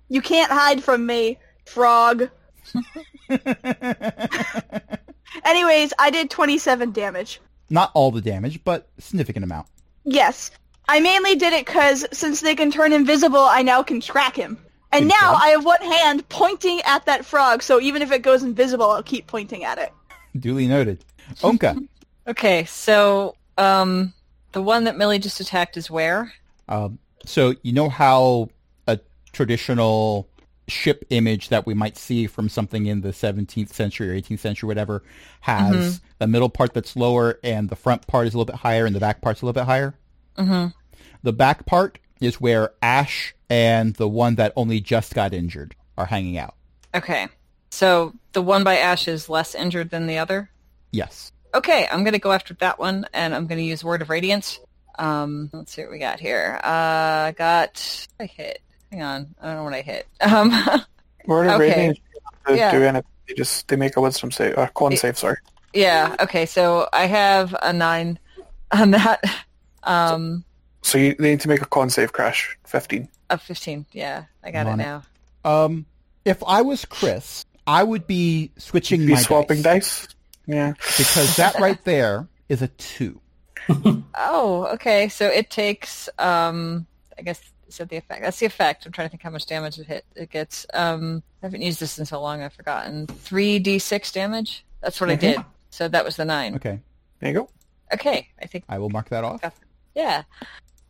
C: You can't hide from me, frog. Anyways, I did 27 damage.
A: Not all the damage, but significant amount.
C: Yes. I mainly did it because since they can turn invisible, I now can track him. And
A: Good
C: now
A: job.
C: I have one hand pointing at that frog, so even if it goes invisible, I'll keep pointing at it.
A: Duly
C: <laughs>
A: noted. Onka,
D: Okay, so um, the one that Millie just attacked is where?
A: um, so you know how a traditional ship image that we might see from something in the 17th century or 18th century, whatever, has the middle part that's lower and the front part is a little bit higher and the back part's a little bit higher?
D: Mm-hmm.
A: The back part is where Ash and the one that only just got injured are hanging out.
D: Okay, so the one by Ash is less injured than the other.
A: Yes.
D: Okay, I'm going to go after that one, and I'm going to use Word of Radiance. Um, let's see what we got here. Uh, got I hit. Hang on, I don't know what I hit. <laughs> Um,
B: Word of
D: Okay.
B: Radiance they
D: Yeah.
B: do anything. They just they make a wisdom save or con save, sorry.
D: yeah. Okay, so I have a nine on that. <laughs> Um,
B: So you, they need to make a con save crash. Fifteen.
D: a fifteen. Yeah, I got it
A: Mon-
D: now.
A: Um, if I was Chris, I would be switching
B: Be
A: my
B: swapping
A: dice,
B: dice. Yeah.
A: because that right there is a two.
D: Oh, okay. So it takes, um, I guess, is that the effect? That's the effect. I'm trying to think how much damage it hit. It gets. Um, I haven't used this in so long. I've forgotten. Three d six damage. That's what
B: Mhm.
D: I did. So that was the nine. Okay.
A: Okay,
B: There you go.
D: I think.
A: I will mark that off.
D: Yeah.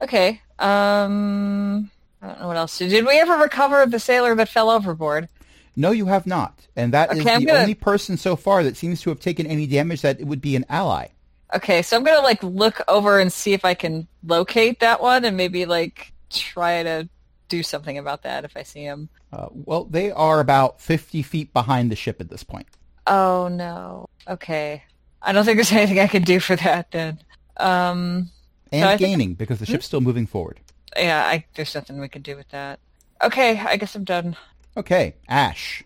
D: Okay. Um, I don't know what else. to do. Did we ever recover the sailor that fell overboard?
A: No, you have not, and that is
D: Okay, I'm
A: the
D: gonna-
A: only person so far that seems to have taken any damage that it would be an ally.
D: Okay. So I'm gonna like look over and see if I can locate that one and maybe like try to do something about that if I see him.
A: Uh, well, they are about fifty feet behind the ship at this point.
D: Oh no. Okay. I don't think there's <laughs> anything I can do for that then. Um
A: And
D: I think- Hmm?
A: gaining because the ship's still moving forward.
D: yeah, I there's nothing we can do with that. Okay, I guess I'm done.
A: Okay, Ash.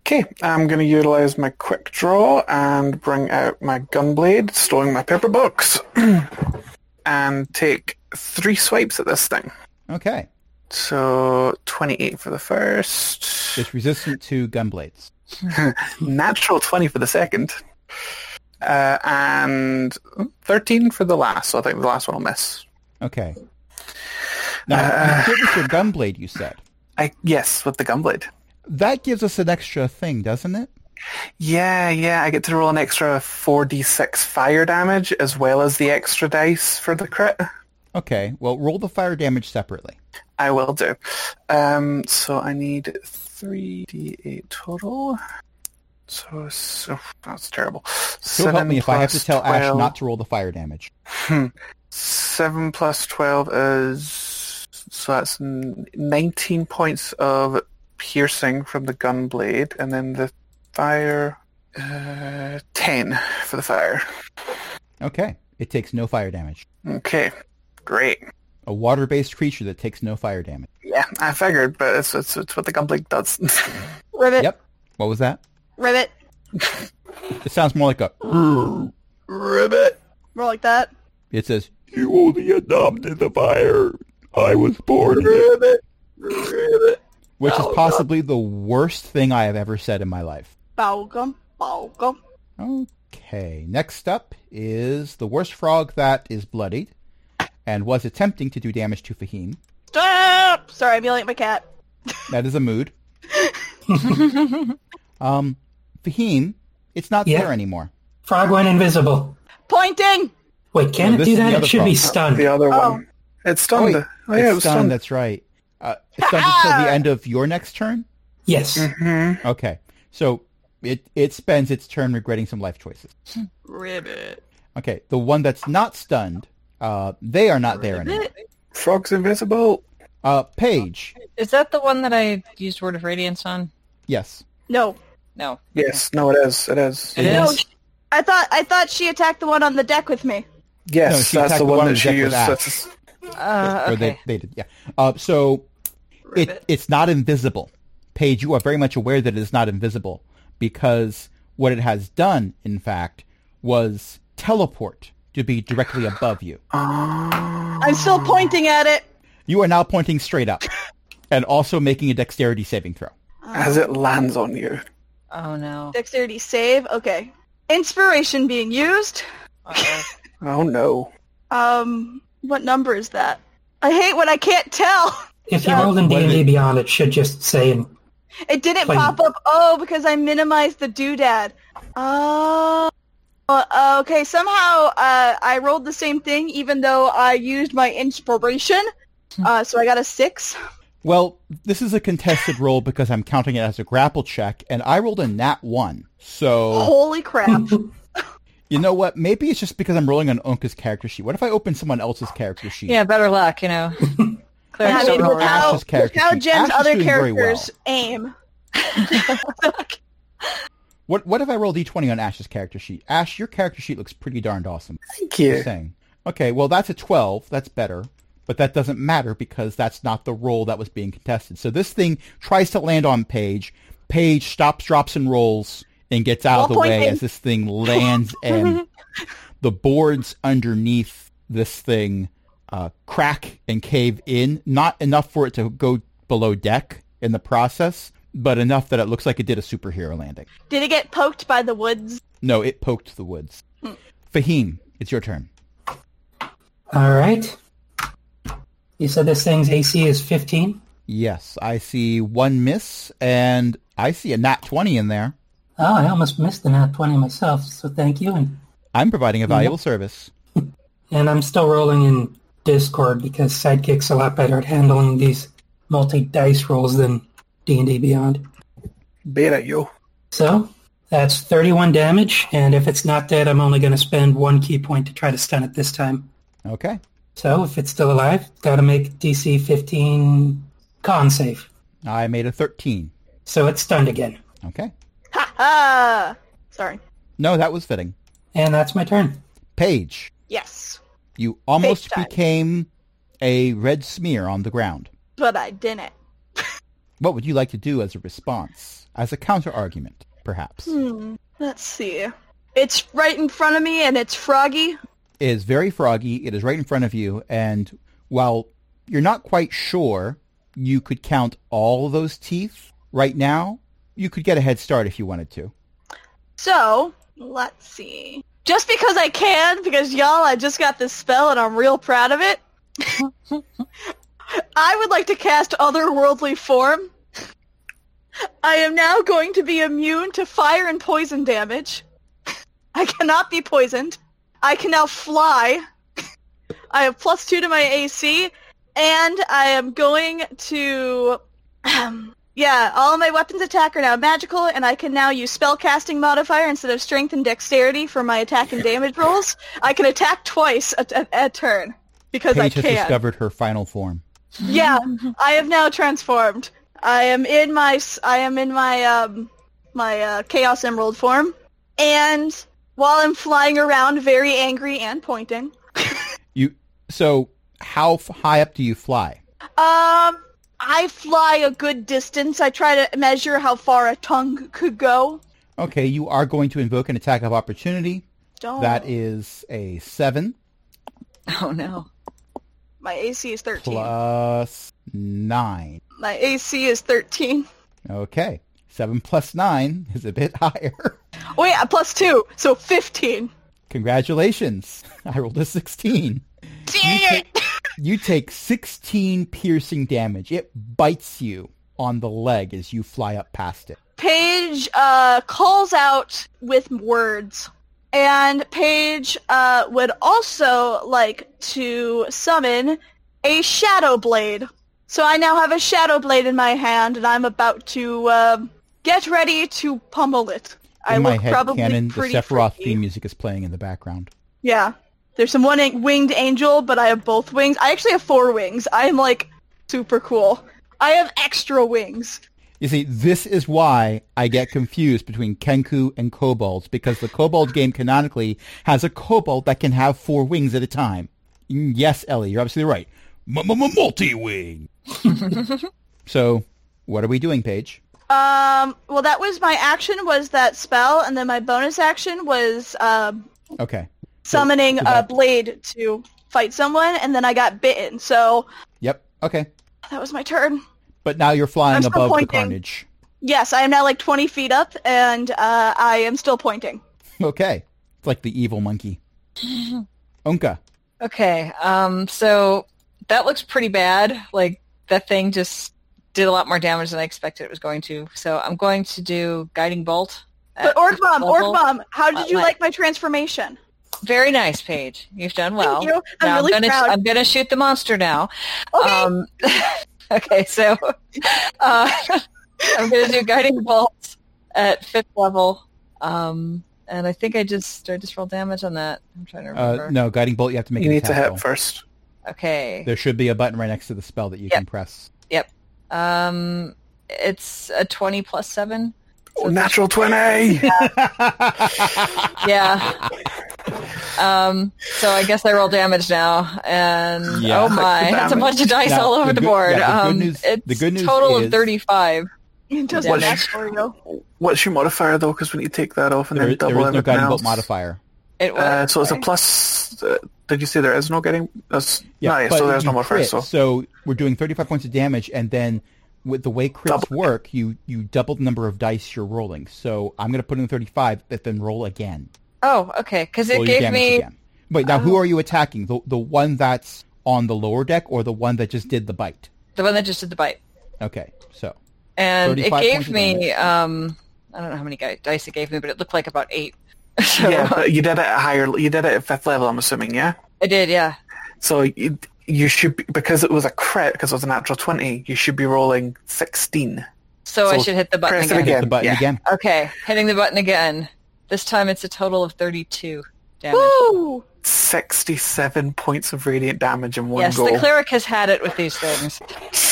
B: Okay, I'm going to utilize my quick draw and bring out my gunblade, stowing my paper box, <clears throat> and take three swipes at this thing.
A: Okay,
B: So 28 for the first,
A: it's resistant to gunblades.
B: natural 20 for the second, uh, and 13 for the last. So I think the last one will miss.
A: Okay. Now, you hit with your gunblade, you said.
B: I yes, with the gunblade.
A: That gives us an extra thing, doesn't it?
B: Yeah, yeah, I get to roll an extra 4d6 fire damage as well as the extra dice for the crit.
A: Okay, well, roll the fire damage separately.
B: I will do. Um, so I need 3d8 total. So, so that's terrible.
A: So help me if I have to
B: plus
A: tell Ash
B: 12
A: not to roll the fire damage.
B: 7 plus 12 is... So that's n- 19 points of piercing from the gunblade, and then the fire... Uh, 10 for the fire.
A: Okay, it takes no fire damage.
B: Okay, great.
A: A water-based creature that takes no fire damage.
B: Yeah, I figured, but it's, it's, it's what the gunblade does. <laughs>
C: Ribbit,
A: Yep. What was that?
C: ribbit,
A: It sounds more like a.
B: Ribbit!
C: more like that.
A: It says
F: You only adopted the fire. I was born in it.
B: Ribbit! Ribbit!
A: which is possibly the worst thing I have ever said in my life.
C: Balgum, balgum.
A: Okay, next up is the worst frog that is bloodied and was attempting to do damage to Fahim.
C: Stop! Sorry, I'm yelling at my cat.
A: That is a mood. um, Fahim, it's not
E: Yeah.
A: there anymore.
E: Frog went invisible.
C: Pointing!
E: Wait, can
A: No,
E: it
A: this
E: do
A: is the
E: that?
A: other
E: It should be
A: frog.
E: stunned.
B: The other
C: Oh.
B: one. It's stunned.
A: Oh,
B: Oh,
A: wait.
B: yeah,
A: it's
B: it was stunned.
A: That's right. Uh, it's
D: <laughs>
A: stunned until the end of your next turn.
E: Yes.
A: Mm-hmm.
B: Mhm.
A: Okay, so it it spends its turn regretting some life choices.
D: Ribbit.
A: Okay, the one that's not stunned, uh, they are not there anymore.
B: Frog's invisible.
A: Uh, Paige,
D: Is that the one that I used Word of Radiance on?
A: yes.
C: No.
D: No.
B: Yes, no, it is. It is.
D: It
E: Yes.
D: is?
C: I thought I thought she attacked the one on the deck with me.
A: No,
B: Yes,
A: she
B: that's
A: attacked
B: the
A: the
B: one,
A: one
B: that
A: with
B: she
A: Jack with
B: used.
A: axe.
B: That's-
D: Uh,
A: Or
D: okay.
A: they, they did, yeah. Uh, so it,
D: Ribbit.
A: it's not invisible. Paige, you are very much aware that it is not invisible because what it has done, in fact, was teleport to be directly above you.
C: I'm still pointing at it.
A: You are now pointing straight up and also making a dexterity saving throw.
B: As it lands on you.
D: Oh no.
C: Dexterity save. Okay. Inspiration being used.
D: Uh-oh.
B: Oh no.
C: Um, What number is that? I hate when I can't tell. <laughs>
E: If you
C: Uh,
E: rolled in
A: what is
E: D&D
A: it?
E: Beyond, it should just say in
C: It didn't
E: Fine.
C: pop up. Oh, because I minimized the doodad. Oh. Uh, okay, somehow uh, I rolled the same thing, even though I used my inspiration.
A: Hmm.
C: Uh, so I got a six.
A: Well, this is a contested roll because I'm counting it as a grapple check, and I rolled a nat one. So <laughs>
C: Holy crap!
A: you know what? Maybe it's just because I'm rolling on Onka's character sheet. What if I open someone else's character sheet?
D: Yeah, better luck, you know. Claire,
C: Yeah, I
D: don't
C: mean,
D: roll
C: look how,
D: around.
A: Ash's character
C: look how
A: sheet.
C: Jen's
A: Ash is
C: other
A: doing very well.
C: characters aim.
A: What What if I roll d20 on Ash's character sheet? Ash, your character sheet looks pretty darned awesome.
B: Thank
A: Just
B: you.
A: saying. Okay, well that's a 12. That's better. But that doesn't matter because that's not the roll that was being contested. So this thing tries to land on Paige. Paige stops, drops, and rolls and gets out of
C: Ball
A: the way
C: pointing.
A: as this thing lands and the boards underneath this thing uh, crack and cave in. Not enough for it to go below deck in the process, but enough that it looks like it did a superhero landing.
C: Did it get poked by the woods?
A: No, it poked the woods. Fahim, it's your turn.
E: All right. You said this thing's AC is 15?
A: Yes, I see one miss, and I see a nat 20 in there.
E: Oh, I almost missed the nat 20 myself, so thank you. And,
A: I'm providing a valuable service.
E: and I'm still rolling in Discord because Sidekick's a lot better at handling these multi-dice rolls than D&D Beyond.
B: Beta, yo.
E: So, that's 31 damage, and if it's not dead, I'm only going to spend one key point to try to stun it this time.
A: Okay.
E: So, if it's still alive, got to make DC 15 con save.
A: I made a 13.
E: So it's stunned again.
A: Okay.
C: Ha ha! Ah, Sorry.
A: No, that was fitting.
E: And that's my turn.
A: Paige,
C: Yes,
A: you almost
C: Paige time.
A: became a red smear on the ground.
C: but I didn't.
A: What would you like to do as a response? As a counter argument, perhaps?
C: Hmm. Let's see. It's right in front of me, and it's froggy.
A: It is very froggy. It is right in front of you, and while you're not quite sure you could count all those teeth right now, you could get a head start if you wanted to.
C: So, let's see. Just because I can, because y'all, I just got this spell and I'm real proud of it. I would like to cast Otherworldly Form. I am now going to be immune to fire and poison damage. I cannot be poisoned. I can now fly. I have plus two to my AC, and I am going to um, yeah, all my weapons attack are now magical, and I can now use spellcasting modifier instead of strength and dexterity for my attack and damage rolls. I can attack twice a, a, a turn because
A: Paige
C: I
A: has
C: can.
A: discovered her final form.
C: Yeah, I have now transformed. I am in my s- I am in my um my uh, chaos emerald form, and while I'm flying around, very angry and pointing.
A: You so how f- high up do you fly?
C: Um, I fly a good distance. I try to measure how far a tongue could go.
A: Okay, you are going to invoke an attack of opportunity.
C: Don't.
A: That is a seven
D: Oh no.
C: My AC is 13.
A: plus nine.
C: My AC is 13.
A: Okay, seven plus nine is a bit <laughs> higher.
C: Oh yeah, plus 2, so 15.
A: Congratulations! <laughs> I rolled a sixteen.
C: Dang it!
A: You take 16 piercing damage. It bites you on the leg as you fly up past it.
C: Paige uh, calls out with words. And Paige uh, would also like to summon a Shadow Blade. So I now have a Shadow Blade in my hand, and I'm about to um get ready to pummel it.
A: In
C: I
A: my
C: look
A: head
C: probably
A: canon, the
C: pretty
A: Sephiroth
C: freaky.
A: theme music is playing in the background.
C: Yeah. There's some one ang- winged angel, but I have both wings. I actually have four wings. I am like super cool. I have extra wings.
A: You see, this is why I get confused between Kenku and Kobolds, because the Kobold game canonically has a Kobold that can have four wings at a time. Mm, Yes, Ellie, you're absolutely right.
F: Multi wing.
A: So, what are we doing, Paige?
C: Um. Well, that was my action was that spell, and then my bonus action was um
A: Okay.
C: summoning
A: so
C: a
A: that-
C: blade to fight someone, and then I got bitten. So
A: Yep. Okay.
C: that was my turn.
A: But now you're flying
C: I'm still
A: above the
C: pointing.
A: carnage.
C: Yes, I am now like 20 feet up, and uh, I am still pointing.
A: Okay. It's like the evil monkey. Unka.
D: Okay, um, so that looks pretty bad. Like that thing just did a lot more damage than I expected it was going to. So I'm going to do guiding bolt.
C: But
D: at
C: Orc
D: fifth
C: Bomb, Orc
D: level. Uh,
C: Bomb, how did you
D: What?
C: like my transformation?
D: Very nice, Paige. You've done well.
C: Thank you. I'm
D: Now
C: really
D: gonna,
C: <laughs> proud.
D: I'm gonna shoot the monster now.
C: Okay.
D: Um, <laughs> okay, so uh, <laughs> I'm gonna do guiding bolt at fifth level, um, and I think I just did I just roll damage on that. I'm trying to remember.
A: Uh, no, guiding bolt. You have to make.
B: You
A: an
B: need to
A: attack
B: hit
A: roll.
B: first.
D: Okay.
A: There should be a button right next to the spell that you
D: Yeah.
A: can press.
D: Um, it's a twenty plus seven.
B: Oh,
A: <laughs>
B: natural twenty.
D: Yeah. um, so I guess I roll damage now, and
A: Yeah.
D: oh my, that's a bunch of dice
A: Now,
D: all over
A: the
D: the
A: good-
D: board.
A: yeah, the good
D: um,
A: news-
D: it's
A: the good news
D: total
A: is-
D: of thirty-five.
C: It doesn't
D: Well,
C: actually go.
B: What's your modifier though? Because we need to take that off and
A: there,
B: then
A: there is
B: double
A: no
B: everything
A: guiding
B: else.
A: bolt modifier.
D: It was
B: Uh, so it's a
D: right?
B: plus. Uh, did you say there is no getting? That's no, yeah,
A: but
B: so there's
A: you
B: no modifier.
A: crit,
B: So
A: we're doing 35 points of damage, and then with the way crits
B: Double.
A: work, you you double the number of dice you're rolling. So I'm going to put in 35, but then roll again.
D: Oh, okay, because it
A: roll your
D: gave
A: damage
D: me Oh.
A: again. Wait, now who are you attacking? The the one that's on the lower deck, or the one that just did the bite?
D: the one that just did the bite,
A: Okay, so
D: and
A: 35
D: it
A: points
D: gave
A: of
D: me um, I don't know how many guy- dice it gave me, but it looked like about eight. <laughs> so
B: yeah,
D: <laughs>
B: but you did it at higher. You did it at fifth level. I'm assuming, yeah.
D: I did, yeah.
B: So you, you should be, because it was a crit because it was a natural twenty. You should be rolling sixteen.
D: So, I
B: So
D: should hit the button
B: press it
D: again.
A: hit
B: again.
A: the button
B: yeah.
A: again.
D: Okay, hitting the button again. This time it's a total of thirty-two damage.
C: Woo!
B: Sixty-seven points of radiant damage in one
D: yes,
B: go.
D: the cleric has had it with these things.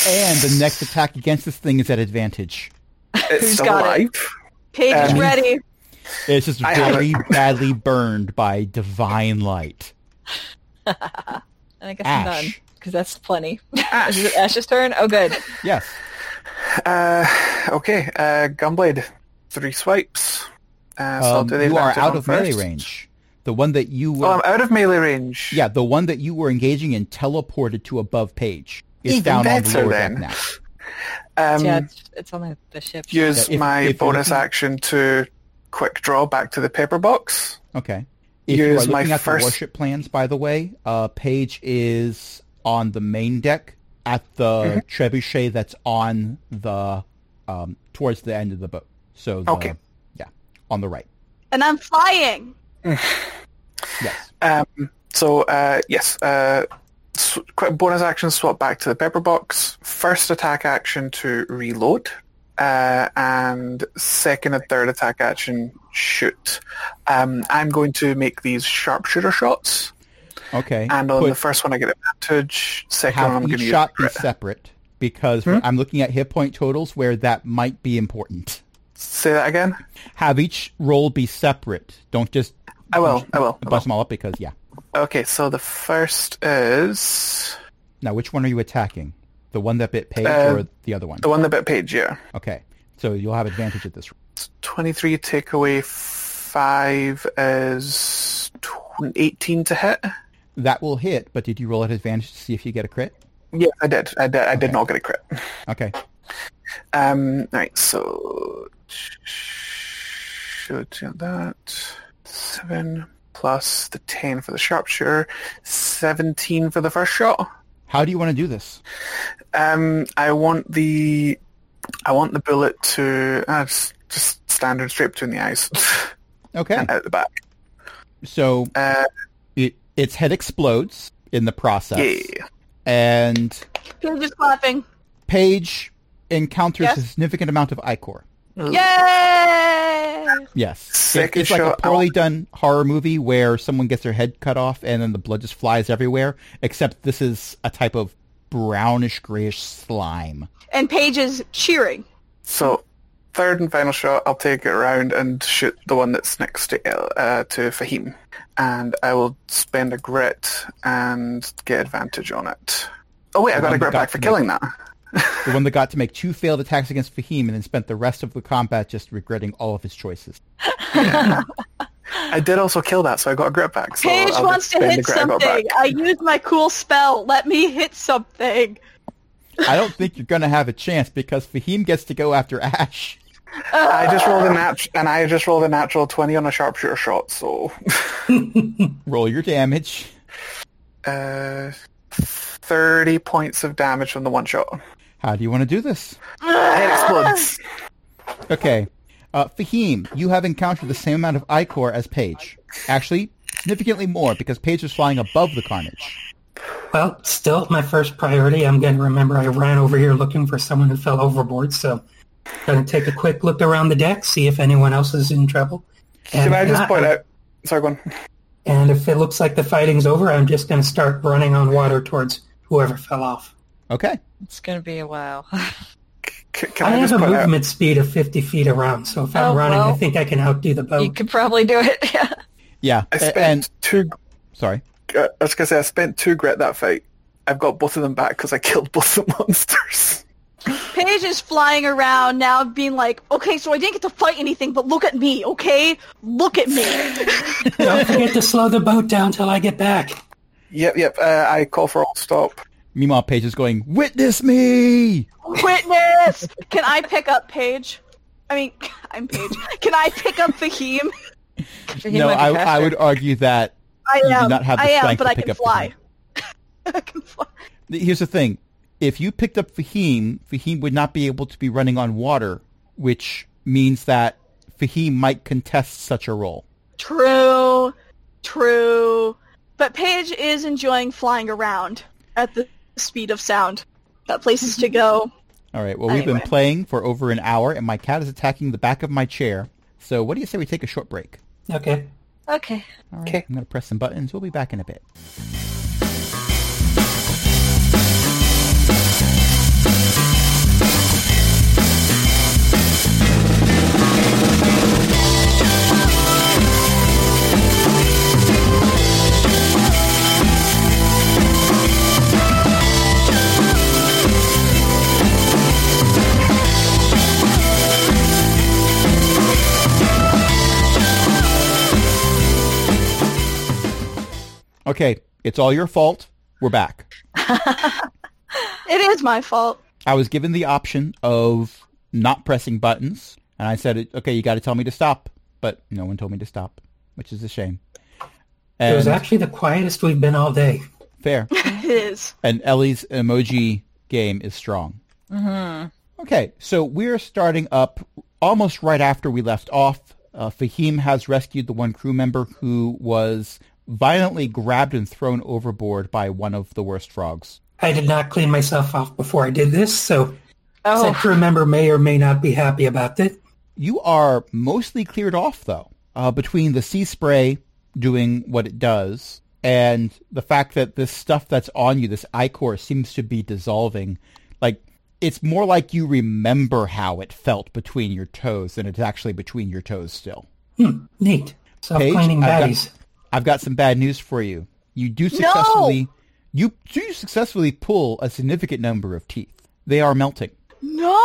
A: And the next attack against this thing is at advantage.
B: it's
D: Who's
B: still
D: got it?
B: alive.
C: Paige is
B: Um,
C: ready.
A: It's just
B: I have
A: very badly burned by divine light.
D: And I guess I'm done
A: Ash.
D: because that's plenty.
C: Ah.
D: Is it Ash's turn?
C: <laughs>
D: Oh, good.
A: Yes.
B: Uh, okay, uh, Gunblade, three swipes. Uh, so I'll
A: Um,
B: do the
A: you are
B: advantage
A: out
B: on
A: of melee
B: first.
A: range. The one that you were
B: Oh, I'm out of melee range.
A: Yeah, the one that you were engaging in teleported to above page. It's
B: Even
A: down on the
B: better
A: lower
B: then.
A: deck now.
B: Um,
D: yeah, it's, it's on the, the ship.
B: Use
A: Yeah, if-
B: my
A: if you're
B: bonus
A: looking-
B: action to quick draw back to the paper box.
A: Okay. If you are
B: Here's
A: looking
B: my
A: at
B: first-
A: the warship plans, by the way, uh, Page is on the main deck at the
B: Mm-hmm.
A: trebuchet that's on the um, towards the end of the boat. So the,
B: Okay.
A: yeah, on the right.
C: And I'm flying.
A: Yes.
B: Um, so uh, yes, uh, sw- quick bonus action swap back to the paper box. First attack action to reload, uh, and second and third attack action shoot. Um, I'm going to make these sharpshooter shots,
A: Okay.
B: and on
A: Put
B: the first one I get advantage. Second one
A: have
B: I'm going
A: each
B: to use. <laughs> Hmm?
A: shot be
B: crit.
A: separate because I'm looking at hit point totals where that might be important.
B: Say that again.
A: Have each roll be separate. Don't just
B: I will. I will. I
A: bust
B: will.
A: them all up because yeah.
B: Okay, so the first is
A: Now, which one are you attacking? The one that bit Paige
B: Uh,
A: or the other one?
B: the one that bit page. Yeah.
A: Okay, so you'll have advantage at this.
B: 23 take away 5 is tw- 18 to hit.
A: That will hit, but did you roll at advantage to see if you get a crit?
B: Yeah, I did. I did, I
A: Okay.
B: did not get a crit.
A: Okay,
B: Um, right, so... Should do that. 7 plus the 10 for the sharpshooter. 17 for the first shot.
A: how do you want to do this?
B: Um, I want the... I want the bullet to... Uh, just, just standard straight between the eyes. <laughs>
A: Okay,
B: and out the back.
A: so
B: Uh,
A: it, its head explodes in the process,
B: yeah.
A: and
C: Paige is clapping.
A: Paige encounters
C: Yes?
A: a significant amount of ichor.
C: Yay!
A: Yes, It-
B: Second
A: it's like a
B: shot, I
A: poorly done horror movie where someone gets their head cut off and then the blood just flies everywhere. Except this is a type of brownish grayish slime.
C: And Paige is cheering.
B: So, third and final shot, I'll take it around and shoot the one that's next to El- uh, to Fahim, and I will spend a grit and get advantage on it. Oh wait, I got
A: one
B: a
A: that
B: grit
A: got
B: back for
A: to me.
B: killing that.
A: The one that got to make two failed attacks against Fahim and then spent the rest of the combat just regretting all of his choices.
B: I did also kill that, so I got a grit back. So
C: Paige
B: I'll
C: wants
B: just
C: to
B: spend
C: hit
B: the grit I got
C: something.
B: back.
C: I used my cool spell. Let me hit something.
A: I don't think you're going to have a chance because Fahim gets to go after Ash.
C: Ah.
B: I just rolled a nat- and I just rolled a natural twenty on a sharpshooter shot. So
A: Roll your damage.
B: Uh, 30 points of damage from the one shot.
A: How do you want to do this?
B: It explodes.
C: Ah.
A: Okay. Uh, Fahim, you have encountered the same amount of Icor as Paige. Actually, significantly more because Paige was flying above the carnage.
E: Well, still my first priority. I'm going to remember I ran over here looking for someone who fell overboard, so going to take a quick look around the deck, see if anyone else is in trouble. And
B: Can I
E: if
B: just
E: not-
B: point out? Sorry, go on.
E: And if it looks like the fighting's over, I'm just going to start running on water towards whoever fell off.
A: Okay.
D: It's going to be a while. <laughs>
B: C- Can
E: I
B: I,
E: have
B: just
E: a
B: point out?
E: movement speed of 50 feet around, so if I'm
D: Oh,
E: running, I
D: well.
E: think I can outdo the boat.
D: you could probably do it. <laughs> Yeah.
A: Yeah.
B: I
A: a-
B: spent
A: And
B: two.
A: sorry.
B: Uh, I was gonna say I spent two grit that fight. I've got both of them back because I <laughs> killed both the monsters. <laughs>
C: Paige is flying around now, being like, "Okay, so I didn't get to fight anything, but look at me, okay? Look
A: <laughs>
C: at me."
E: Don't forget to slow the boat down till I get back.
B: Yep, yep. Uh, I call for all stop.
A: Meanwhile, Paige is going, "Witness me!"
C: Witness. Can I pick up Paige? I mean, <laughs> I'm Paige. Can I pick up Fahim?
D: He
A: no,
D: might be
A: I, I
D: faster.
A: would argue that
C: I
A: You do
C: am.
A: not have the
C: I am,
A: strength
C: but
A: to
C: I
A: pick
C: can
A: up
C: fly. <laughs> I can fly.
A: here's the thing: if you picked up Fahim, Fahim would not be able to be running on water, which means that Fahim might contest such a role.
C: True. True. But Paige is enjoying flying around at the speed of sound. Got places to go.
A: All right. Well, we've been
C: Anyway.
A: playing for over an hour, and my cat is attacking the back of my chair. So, what do you say we take a short break?
E: Okay.
D: Okay.
A: All right, I'm going to press some buttons. We'll be back in a bit. Okay, it's all your fault. We're back.
C: It is my fault.
A: I was given the option of not pressing buttons, and I said, "Okay, you got to tell me to stop," but no one told me to stop, which is a shame.
E: It was
A: And
E: actually the quietest we've been all day.
A: fair.
C: It is.
A: and Ellie's emoji game is strong. Mm-hmm. Okay, so we're starting up almost right after we left off. Uh, Fahim has rescued the one crew member who was violently grabbed and thrown overboard by one of the worst frogs.
E: I did not clean myself off before I did this, so
D: Oh.
E: said crew member may or may not be happy about it.
A: You are mostly cleared off, though, uh, between the sea spray doing what it does and the fact that this stuff that's on you, this ichor, seems to be dissolving. Like, it's more like you remember how it felt between your toes than it's actually between your toes still.
E: Hmm, neat. Self-cleaning
A: Paige, I've got-
E: baddies.
A: I've got some bad news for you. You do successfully, you do successfully pull a significant number of teeth. They are melting.
C: No.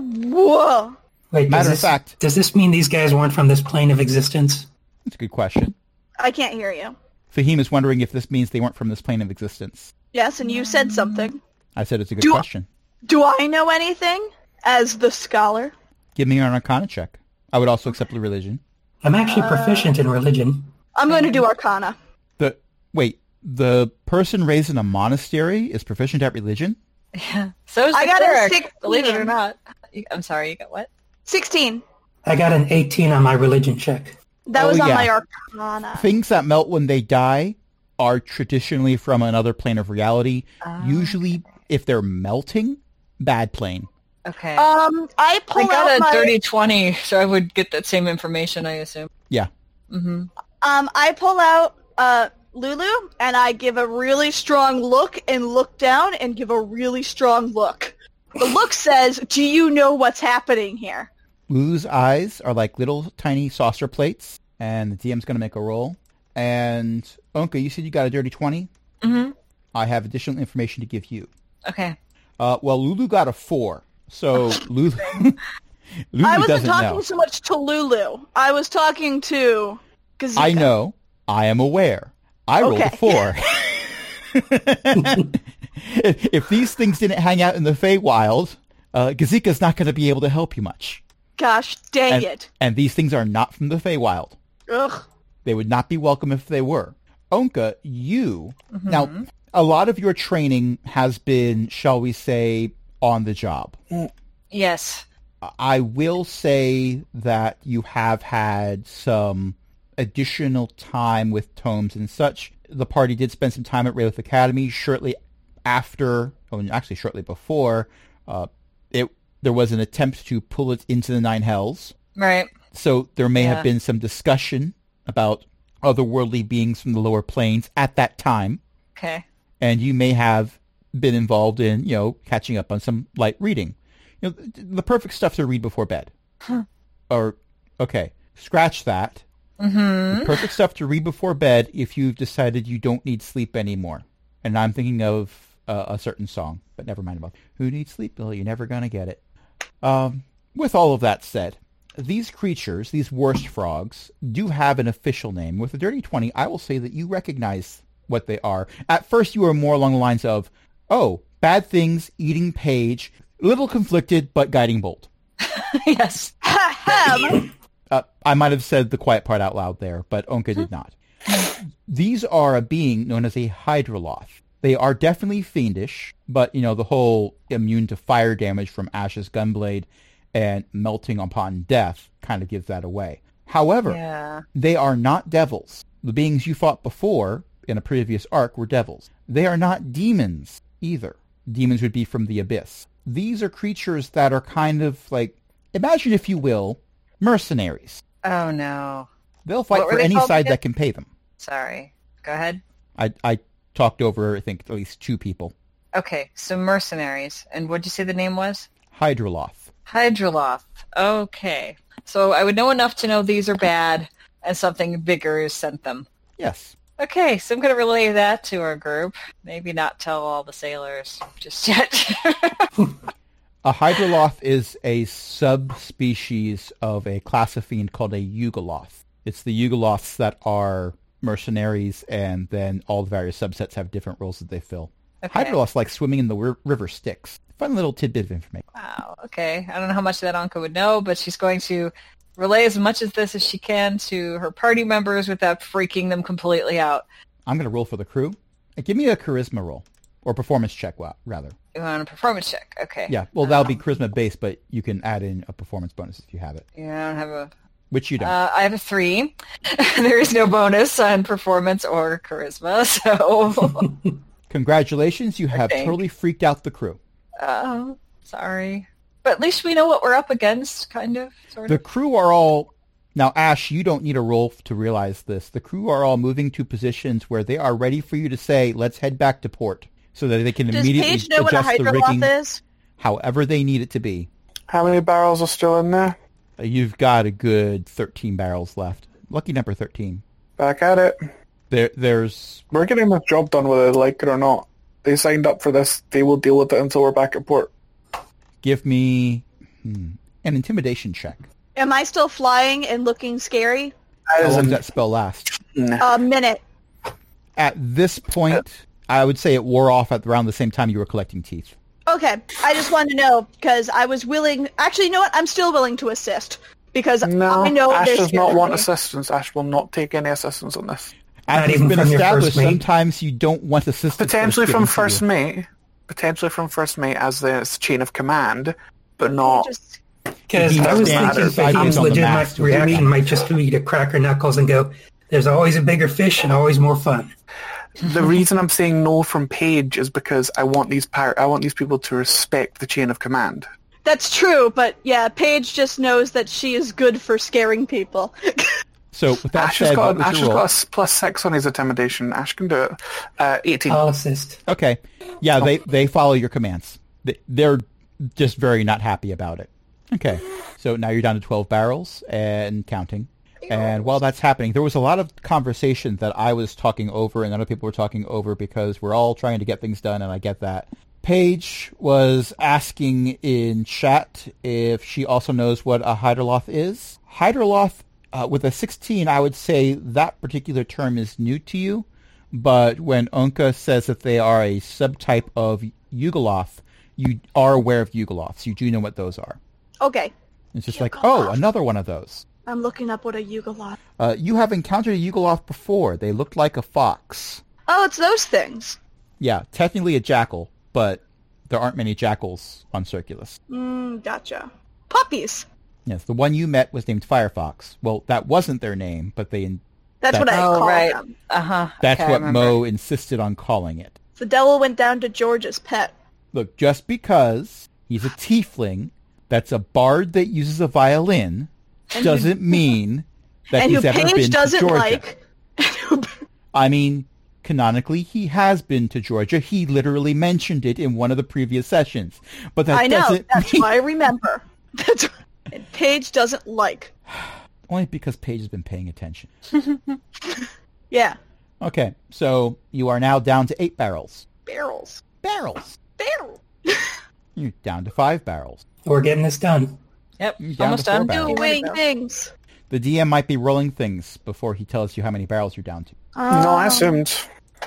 C: Whoa.
E: Wait,
A: Matter
E: does
A: of
E: this,
A: fact-
E: does this mean these guys weren't from this plane of existence?
A: That's a good question.
C: I can't hear you.
A: Fahim is wondering if this means they weren't from this plane of existence.
C: Yes, and you said something.
A: I said it's a good
C: Do-
A: question.
C: Do I know anything as the scholar?
A: Give me an Arcana check. I would also accept the religion.
E: I'm actually proficient in religion.
C: I'm going to do Arcana.
A: The wait, the person raised in a monastery is proficient at religion.
D: So is
C: I
D: the
C: got a
D: cleric,
C: 16.
D: Believe it or not. You- I'm sorry. You got what?
C: 16.
E: I got an 18 on my religion check.
C: That
A: Oh,
C: was on
A: yeah.
C: my Arcana.
A: Things that melt when they die are traditionally from another plane of reality. Usually, if they're melting, bad plane.
D: Okay.
C: Um, I pull
D: Oh, I got
C: out
D: a
C: my
D: dirty 20, so I would get that same information, I assume.
A: Yeah.
D: hmm
C: um, I pull out uh Lulu and I give a really strong look and look down and give a really strong look. The look says, "Do you know what's happening here?"
A: Lulu's eyes are like little tiny saucer plates, and the DM's going to make a roll. And Onka, you said you got a dirty 20
D: Mhm.
A: I have additional information to give you.
D: Okay.
A: Uh, well, Lulu got a four,
C: <laughs>
A: so Lulu. <laughs> Lulu
C: I wasn't
A: doesn't
C: talking
A: know.
C: so much to Lulu. I was talking to Gazika.
A: I know. I am aware. I rolled a
C: Okay.
A: four. <laughs> if, if these things didn't hang out in the Feywild, uh, Gazika's not going to be able to help you much.
C: Gosh, dang
A: And,
C: it! <laughs>
A: and these things are not from the Feywild.
C: Ugh.
A: They would not be welcome if they were. Onka, you
C: Mm-hmm.
A: now a lot of your training has been, shall we say, on the job.
D: Yes.
A: I will say that you have had some additional time with tomes and such. The party did spend some time at Wraith Academy shortly after, oh, and actually shortly before, uh, it there was an attempt to pull it into the Nine Hells.
D: Right.
A: So there may
D: Yeah.
A: have been some discussion about otherworldly beings from the lower planes at that time,
D: Okay. <laughs>
A: and you may have been involved in, you know, catching up on some light reading. You know, th- the perfect stuff to read before bed. Or, okay, scratch that.
D: Mm-hmm.
A: The perfect stuff to read before bed if you've decided you don't need sleep anymore. And I'm thinking of uh, a certain song, but never mind about who needs sleep, Bill. You're never gonna get it. Um, with all of that said, these creatures, these worst frogs, do have an official name. With a dirty twenty, I will say that you recognize what they are. At first, you were more along the lines of, "Oh, bad things, eating page, little conflicted, but guiding bolt."
D: yes.
C: Ha ha! my-
A: uh, I might have said the quiet part out loud there, but Onka did not. These are a being known as a Hydroloth. They are definitely fiendish, but you know the whole immune to fire damage from Ash's gunblade and melting upon death kind of gives that away. However,
D: Yeah.
A: they are not devils. The beings you fought before in a previous arc were devils. They are not demons either. Demons would be from the abyss. These are creatures that are kind of like, imagine if you will, mercenaries.
D: Oh no.
A: They'll fight
D: What were
A: for
D: they
A: any
D: called
A: side
D: again?
A: that can pay them.
D: Sorry. Go ahead.
A: I, I talked over, I think, at least two people.
D: Okay. So mercenaries. And what'd you say the name was?
A: Hydroloth.
D: Hydroloth. Okay. So I would know enough to know these are bad and something bigger has sent them.
A: Yes.
D: Okay, so I'm going to relay that to our group. Maybe not tell all the sailors just <laughs> yet.
A: A Hydroloth is a subspecies of a class of fiend called a Yugoloth. It's the Yugoloths that are mercenaries, and then all the various subsets have different roles that they fill.
D: Okay.
A: Hydroloths like swimming in the ri- river Styx. Fun little tidbit of information.
D: wow. Okay. I don't know how much that Anka would know, but she's going to relay as much of this as she can to her party members without freaking them completely out.
A: I'm going to roll for the crew. Uh, Give me a charisma roll, or performance check, wa- rather.
D: You want a performance check? Okay.
A: Yeah, well, that'll be charisma based, but you can add in a performance bonus if you have it,
D: Yeah, I don't have a.
A: which you don't.
D: Uh, I have a three. <laughs> there is no bonus on performance or charisma, <laughs> so
A: Congratulations, you have
D: think.
A: totally freaked out the crew.
D: uh, sorry. But at least we know what we're up against, kind of, sort
A: The
D: of.
A: crew are all now, Ash. You don't need a roll f- to realize this. The crew are all moving to positions where they are ready for you to say, "Let's head back to port," so that they can
C: Does
A: immediately
C: Paige know what a
A: adjust the rigging
C: hydroloth is?
A: however they need it to be.
B: How many barrels are still in there?
A: Uh, You've got a good thirteen barrels left. Lucky number thirteen.
B: Back at it.
A: There, there's
B: We're getting this job done whether they like it or not. They signed up for this. They will deal with it until we're back at port.
A: give me hmm, an intimidation check.
C: Am I still flying and looking scary?
A: How
B: That is
A: long
B: a
A: does that spell last?
C: A minute.
A: At this point, I would say it wore off at around the same time you were collecting teeth.
C: Okay, I just wanted to know because I was willing. Actually, you know what? I'm still willing to assist because
B: No,
C: I know
B: Ash
C: they're
B: does not
C: scared
B: want
C: of me.
B: assistance. Ash will not take any assistance on this.
A: As
E: Not
A: it's
E: even
A: been
E: from your
A: established,
E: first mate?
A: sometimes you don't want assistance.
B: Potentially
A: that's
B: from
A: given to
B: first
A: you.
B: mate. Potentially from first mate as the s- chain of command, but not.
C: Just-
E: Because I
B: Standard
E: was thinking
B: size
A: is
E: Fahim's
A: on the
E: legitimate
A: map.
E: reaction might just be to crack her knuckles and go, there's always a bigger fish and always more fun.
B: the reason I'm saying no from Paige is because I want these par- I want these people to respect the chain of command.
C: That's true, but yeah, Paige just knows that she is good for scaring people. <laughs>
A: So with that
B: Ash has
A: said,
B: got
A: what was
B: Ash
A: your
B: has
A: roll?
B: got a s- plus six on his intimidation. Ash can do it. Uh, Eighteen.
E: I'll assist.
A: Okay, yeah, they they follow your commands. They- They're just very not happy about it. Okay, so now you're down to twelve barrels and counting. And while that's happening, there was a lot of conversation that I was talking over and other people were talking over because we're all trying to get things done, and I get that. Paige was asking in chat if she also knows what a Hydroloth is. Hydroloth, uh, with a 16, I would say that particular term is new to you, but when Unka says that they are a subtype of Yugoloth, you are aware of Yugoloths. You do know what those are.
C: okay.
A: It's just like, oh, another one of those.
C: I'm looking up what a Yugoloth.
A: Uh, you have encountered a Yugoloth before. They looked like a fox.
C: Oh, it's those things.
A: Yeah, technically a jackal, but there aren't many jackals on Circulus.
C: Mm, gotcha. Puppies.
A: Yes, the one you met was named Firefox. Well, that wasn't their name, but they
C: That's what I
D: Oh,
C: call
D: right.
C: them.
D: Uh huh.
A: that's what Mo insisted on calling it.
C: The devil went down to George's pet.
A: Look, just because he's a tiefling, that's a bard that uses a violin,
C: <laughs>
A: doesn't mean that
C: and
A: he's
C: who
A: ever been
C: Paige
A: to
C: doesn't
A: Georgia.
C: like.
A: I mean, canonically, he has been to Georgia. He literally mentioned it in one of the previous sessions, but that
C: I know.
A: doesn't <laughs>
C: That's
A: mean
C: why I remember. <laughs> That's and Paige doesn't like.
A: only because Paige has been paying attention.
C: Yeah,
A: Okay, so you are now down to eight barrels.
C: barrels,
A: Barrels.
C: barrels.
A: You're down to five barrels.
E: We're getting this done.
D: Yep.
A: Down to
D: Almost
A: four
D: done.
A: back.
B: Barrels.
C: Doing Oh, things.
A: The DM might be rolling things before he tells you how many barrels you're down to.
B: No, I
C: Um,
B: assumed.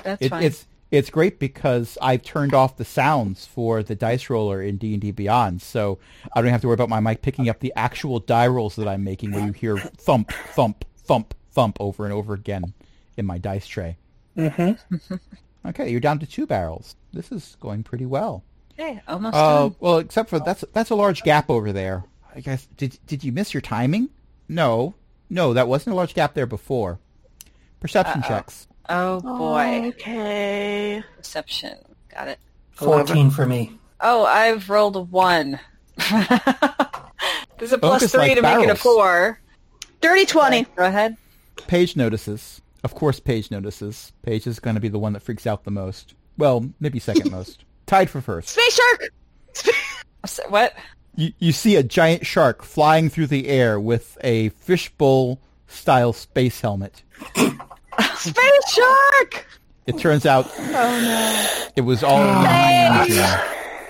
D: That's
A: It,
D: fine.
A: it's it's great because I've turned off the sounds for the dice roller in D and D Beyond, so I don't have to worry about my mic picking up the actual die rolls that I'm making, where you hear thump, thump, thump, thump over and over again in my dice tray.
B: Mm-hmm.
A: <laughs> Okay, you're down to two barrels. This is going pretty well.
D: okay. Almost
A: Uh,
D: done.
A: well, except for that's that's a large gap over there. I guess did did you miss your timing? No, no, that wasn't a large gap there before. Perception checks.
D: Oh boy.
C: Okay.
D: Oh. Perception. Got it.
E: 14 for me.
D: Oh, I've rolled a one. <laughs> There's a plus
A: Focus
D: three
A: like
D: to make it a
A: barrels.
D: four.
C: Dirty twenty.
D: Go ahead.
A: Paige notices. Of course, Paige notices. Paige is going to be the one that freaks out the most. Well, maybe second most. Tied for first.
C: Space shark.
D: S- What?
A: You, you see a giant shark flying through the air with a fishbowl style space helmet.
C: Space shark.
A: It turns out it was all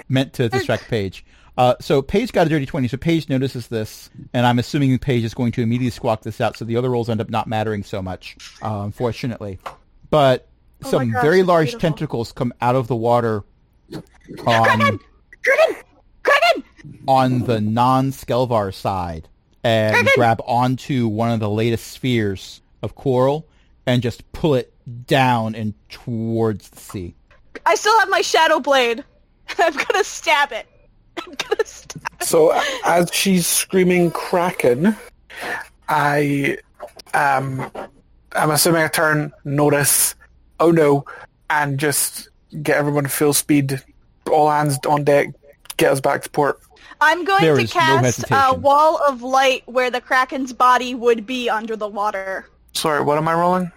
A: meant to distract Paige. Uh, so Paige got a dirty 20, so Paige notices this, and I'm assuming Paige is going to immediately squawk this out, so the other rolls end up not mattering so much, uh, unfortunately. But
C: Oh my
A: some
C: gosh,
A: very
C: that's
A: large
C: beautiful.
A: tentacles come out of the water on,
C: Dragon. Dragon.
A: on the non-Skelvar side and grab onto one of the latest spheres of coral and just pull it down and towards the sea.
C: I still have my shadow blade. <laughs> I'm gonna stab it. <laughs> I'm gonna stab.
B: So a- as she's screaming Kraken, I um I'm assuming I turn, notice, oh no, and just get everyone full speed, all hands on deck, get us back to port.
C: I'm going
A: There
C: to
A: is no
C: cast a
A: hesitation.
C: wall of light where the kraken's body would be under the water.
B: Sorry, what am I rolling?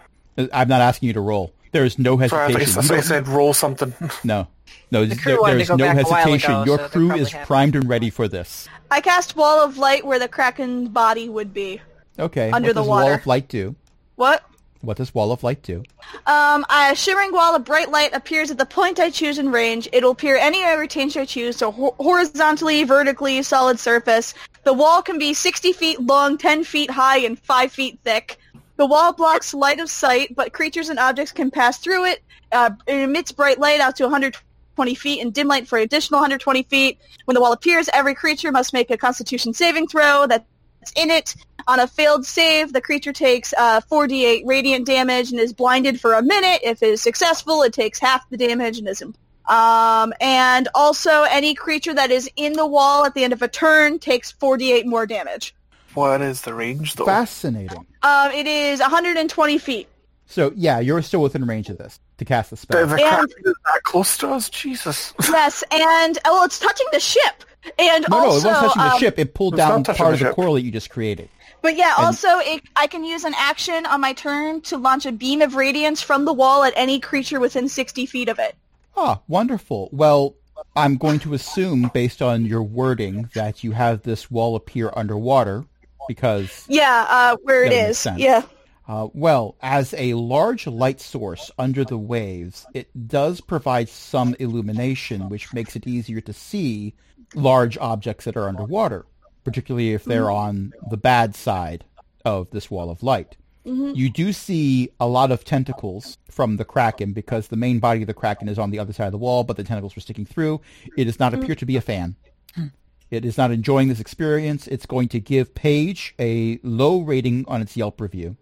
A: I'm not asking you to roll. There is no
B: Sorry, I
A: hesitation.
B: thought, you- I
A: You
B: thought you
A: don't-
B: said roll something. <laughs>
A: No, no, there-
D: crew wanted to
A: there's
D: go
A: no
D: back a while
A: hesitation.
D: ago,
A: Your
D: so they
A: crew
D: probably
A: is
D: haven't.
A: primed and ready for this.
C: I cast wall of light where the kraken's body would be.
A: Okay.
C: Under
A: what
C: the
A: does Wall
C: water.
A: of Light do?
C: What?
A: What does Wall of Light do?
C: Um, a shimmering wall of bright light appears at the point I choose in range. It'll appear anywhere I change I choose, so ho- horizontally, vertically, solid surface. The wall can be 60 feet long, 10 feet high, and 5 feet thick. The wall blocks light of sight, but creatures and objects can pass through it. Uh, it emits bright light out to 120 feet and dim light for an additional 120 feet. When the wall appears, every creature must make a constitution saving throw that's in it. On a failed save, the creature takes uh, 4d8 radiant damage and is blinded for a minute. If it is successful, it takes half the damage and is. im- Um, and also, any creature that is in the wall at the end of a turn takes 48 more damage.
B: What is the range though?
A: Fascinating.
C: Um, it is
A: <laughs>
C: 120 feet.
A: So yeah, you're still within range of this to cast the
B: The,
A: spell.
B: the
C: Yeah.
B: Kraken is that close to us? Jesus.
C: Yes, and oh, well, it's touching the ship. And
A: no, no,
C: also,
A: it wasn't touching the
C: um,
A: ship. It pulled
B: It's not
A: down
B: touching
A: part
B: the
A: of the
B: ship.
A: coral that you just created.
C: But yeah,
A: And-
C: also it, I can use an action on my turn to launch a beam of radiance from the wall at any creature within 60 feet of it.
A: Ah, wonderful. Well, I'm going to assume, based on your wording, that you have this wall appear underwater because
C: Yeah, uh, where it
A: That makes
C: is.
A: sense.
C: Yeah.
A: Uh, well, as a large light source under the waves, it does provide some illumination, which makes it easier to see large objects that are underwater, particularly if they're on
C: Mm-hmm.
A: the bad side of this wall of light.
C: Mm-hmm.
A: You do see a lot of tentacles from the kraken because the main
C: Mm.
A: body of the kraken is on the other side of the wall, but the tentacles were sticking through. It does not appear to be a fan. It is not enjoying this experience. It's going to give Paige a low rating on its Yelp
C: <laughs>
A: review.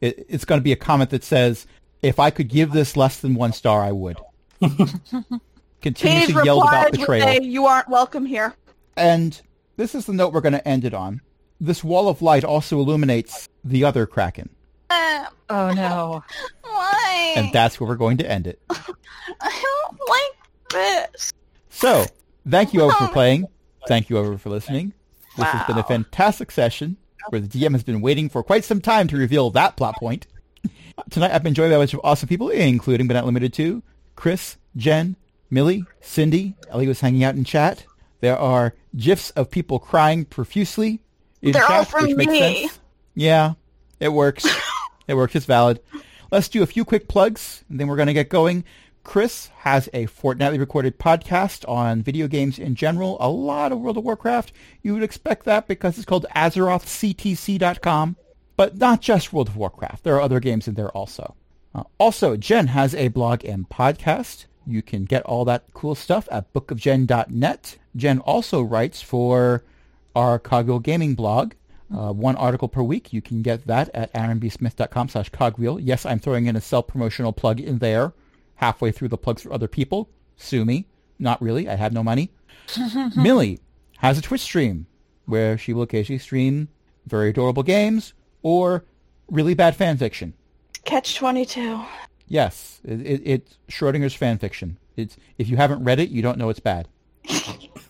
A: it, it's going to be a comment that says, "If I could give this less than one star, I
C: <laughs>
A: would."
C: Paige
A: Continuously yelled about
C: replies with
A: betrayal.
C: a, you aren't welcome here.
A: And this is the note we're going to end it on. This wall of light also illuminates the other Kraken.
C: Uh,
D: Oh no.
C: why?
A: And that's where we're going to end it.
C: I don't like this.
A: So, thank you over for playing. Thank you over for listening. This has been a fantastic session where the DM has been waiting for quite some time to reveal that plot point. Tonight I've been joined by a bunch of awesome people, including but not limited to Chris, Jen, Millie, Cindy. Ellie was hanging out in chat. There are gifs of people crying profusely. in
C: They're all
A: chat,
C: from
A: which makes
C: me.
A: sense. Yeah, it works. it works. It's valid. Let's do a few quick plugs, and then we're going to get going. Chris has a fortnightly recorded podcast on video games in general, a lot of World of Warcraft. You would expect that because it's called AzerothCTC.com, but not just World of Warcraft. There are other games in there also. Uh, also, Jen has a blog and podcast. You can get all that cool stuff at bookofjen.net. Jen also writes for our Cogwheel Gaming blog. Uh, one article per week. You can get that at aaronbsmith.com slash cogwheel. Yes, I'm throwing in a self-promotional plug in there halfway through the plugs for other people. Sue me. Not really. I have no money. Millie has a Twitch stream where she will occasionally stream very adorable games or really bad fan fiction.
C: Catch 22.
A: Yes, it, it, it's Schrodinger's fan fiction. It's if you haven't read it, you don't know it's bad.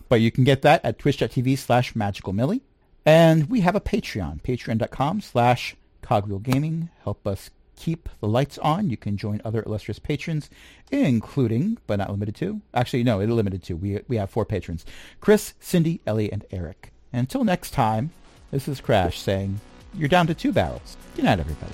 A: but you can get that at twitch.tv slash magicalmilly. And we have a Patreon, patreon.com slash cogwheelgaming. Help us keep the lights on. You can join other illustrious patrons, including, but not limited to, actually, no, it limited to. We, we have four patrons, Chris, Cindy, Ellie, and Eric. And until next time, this is Crash saying, you're down to two barrels. Good night, everybody.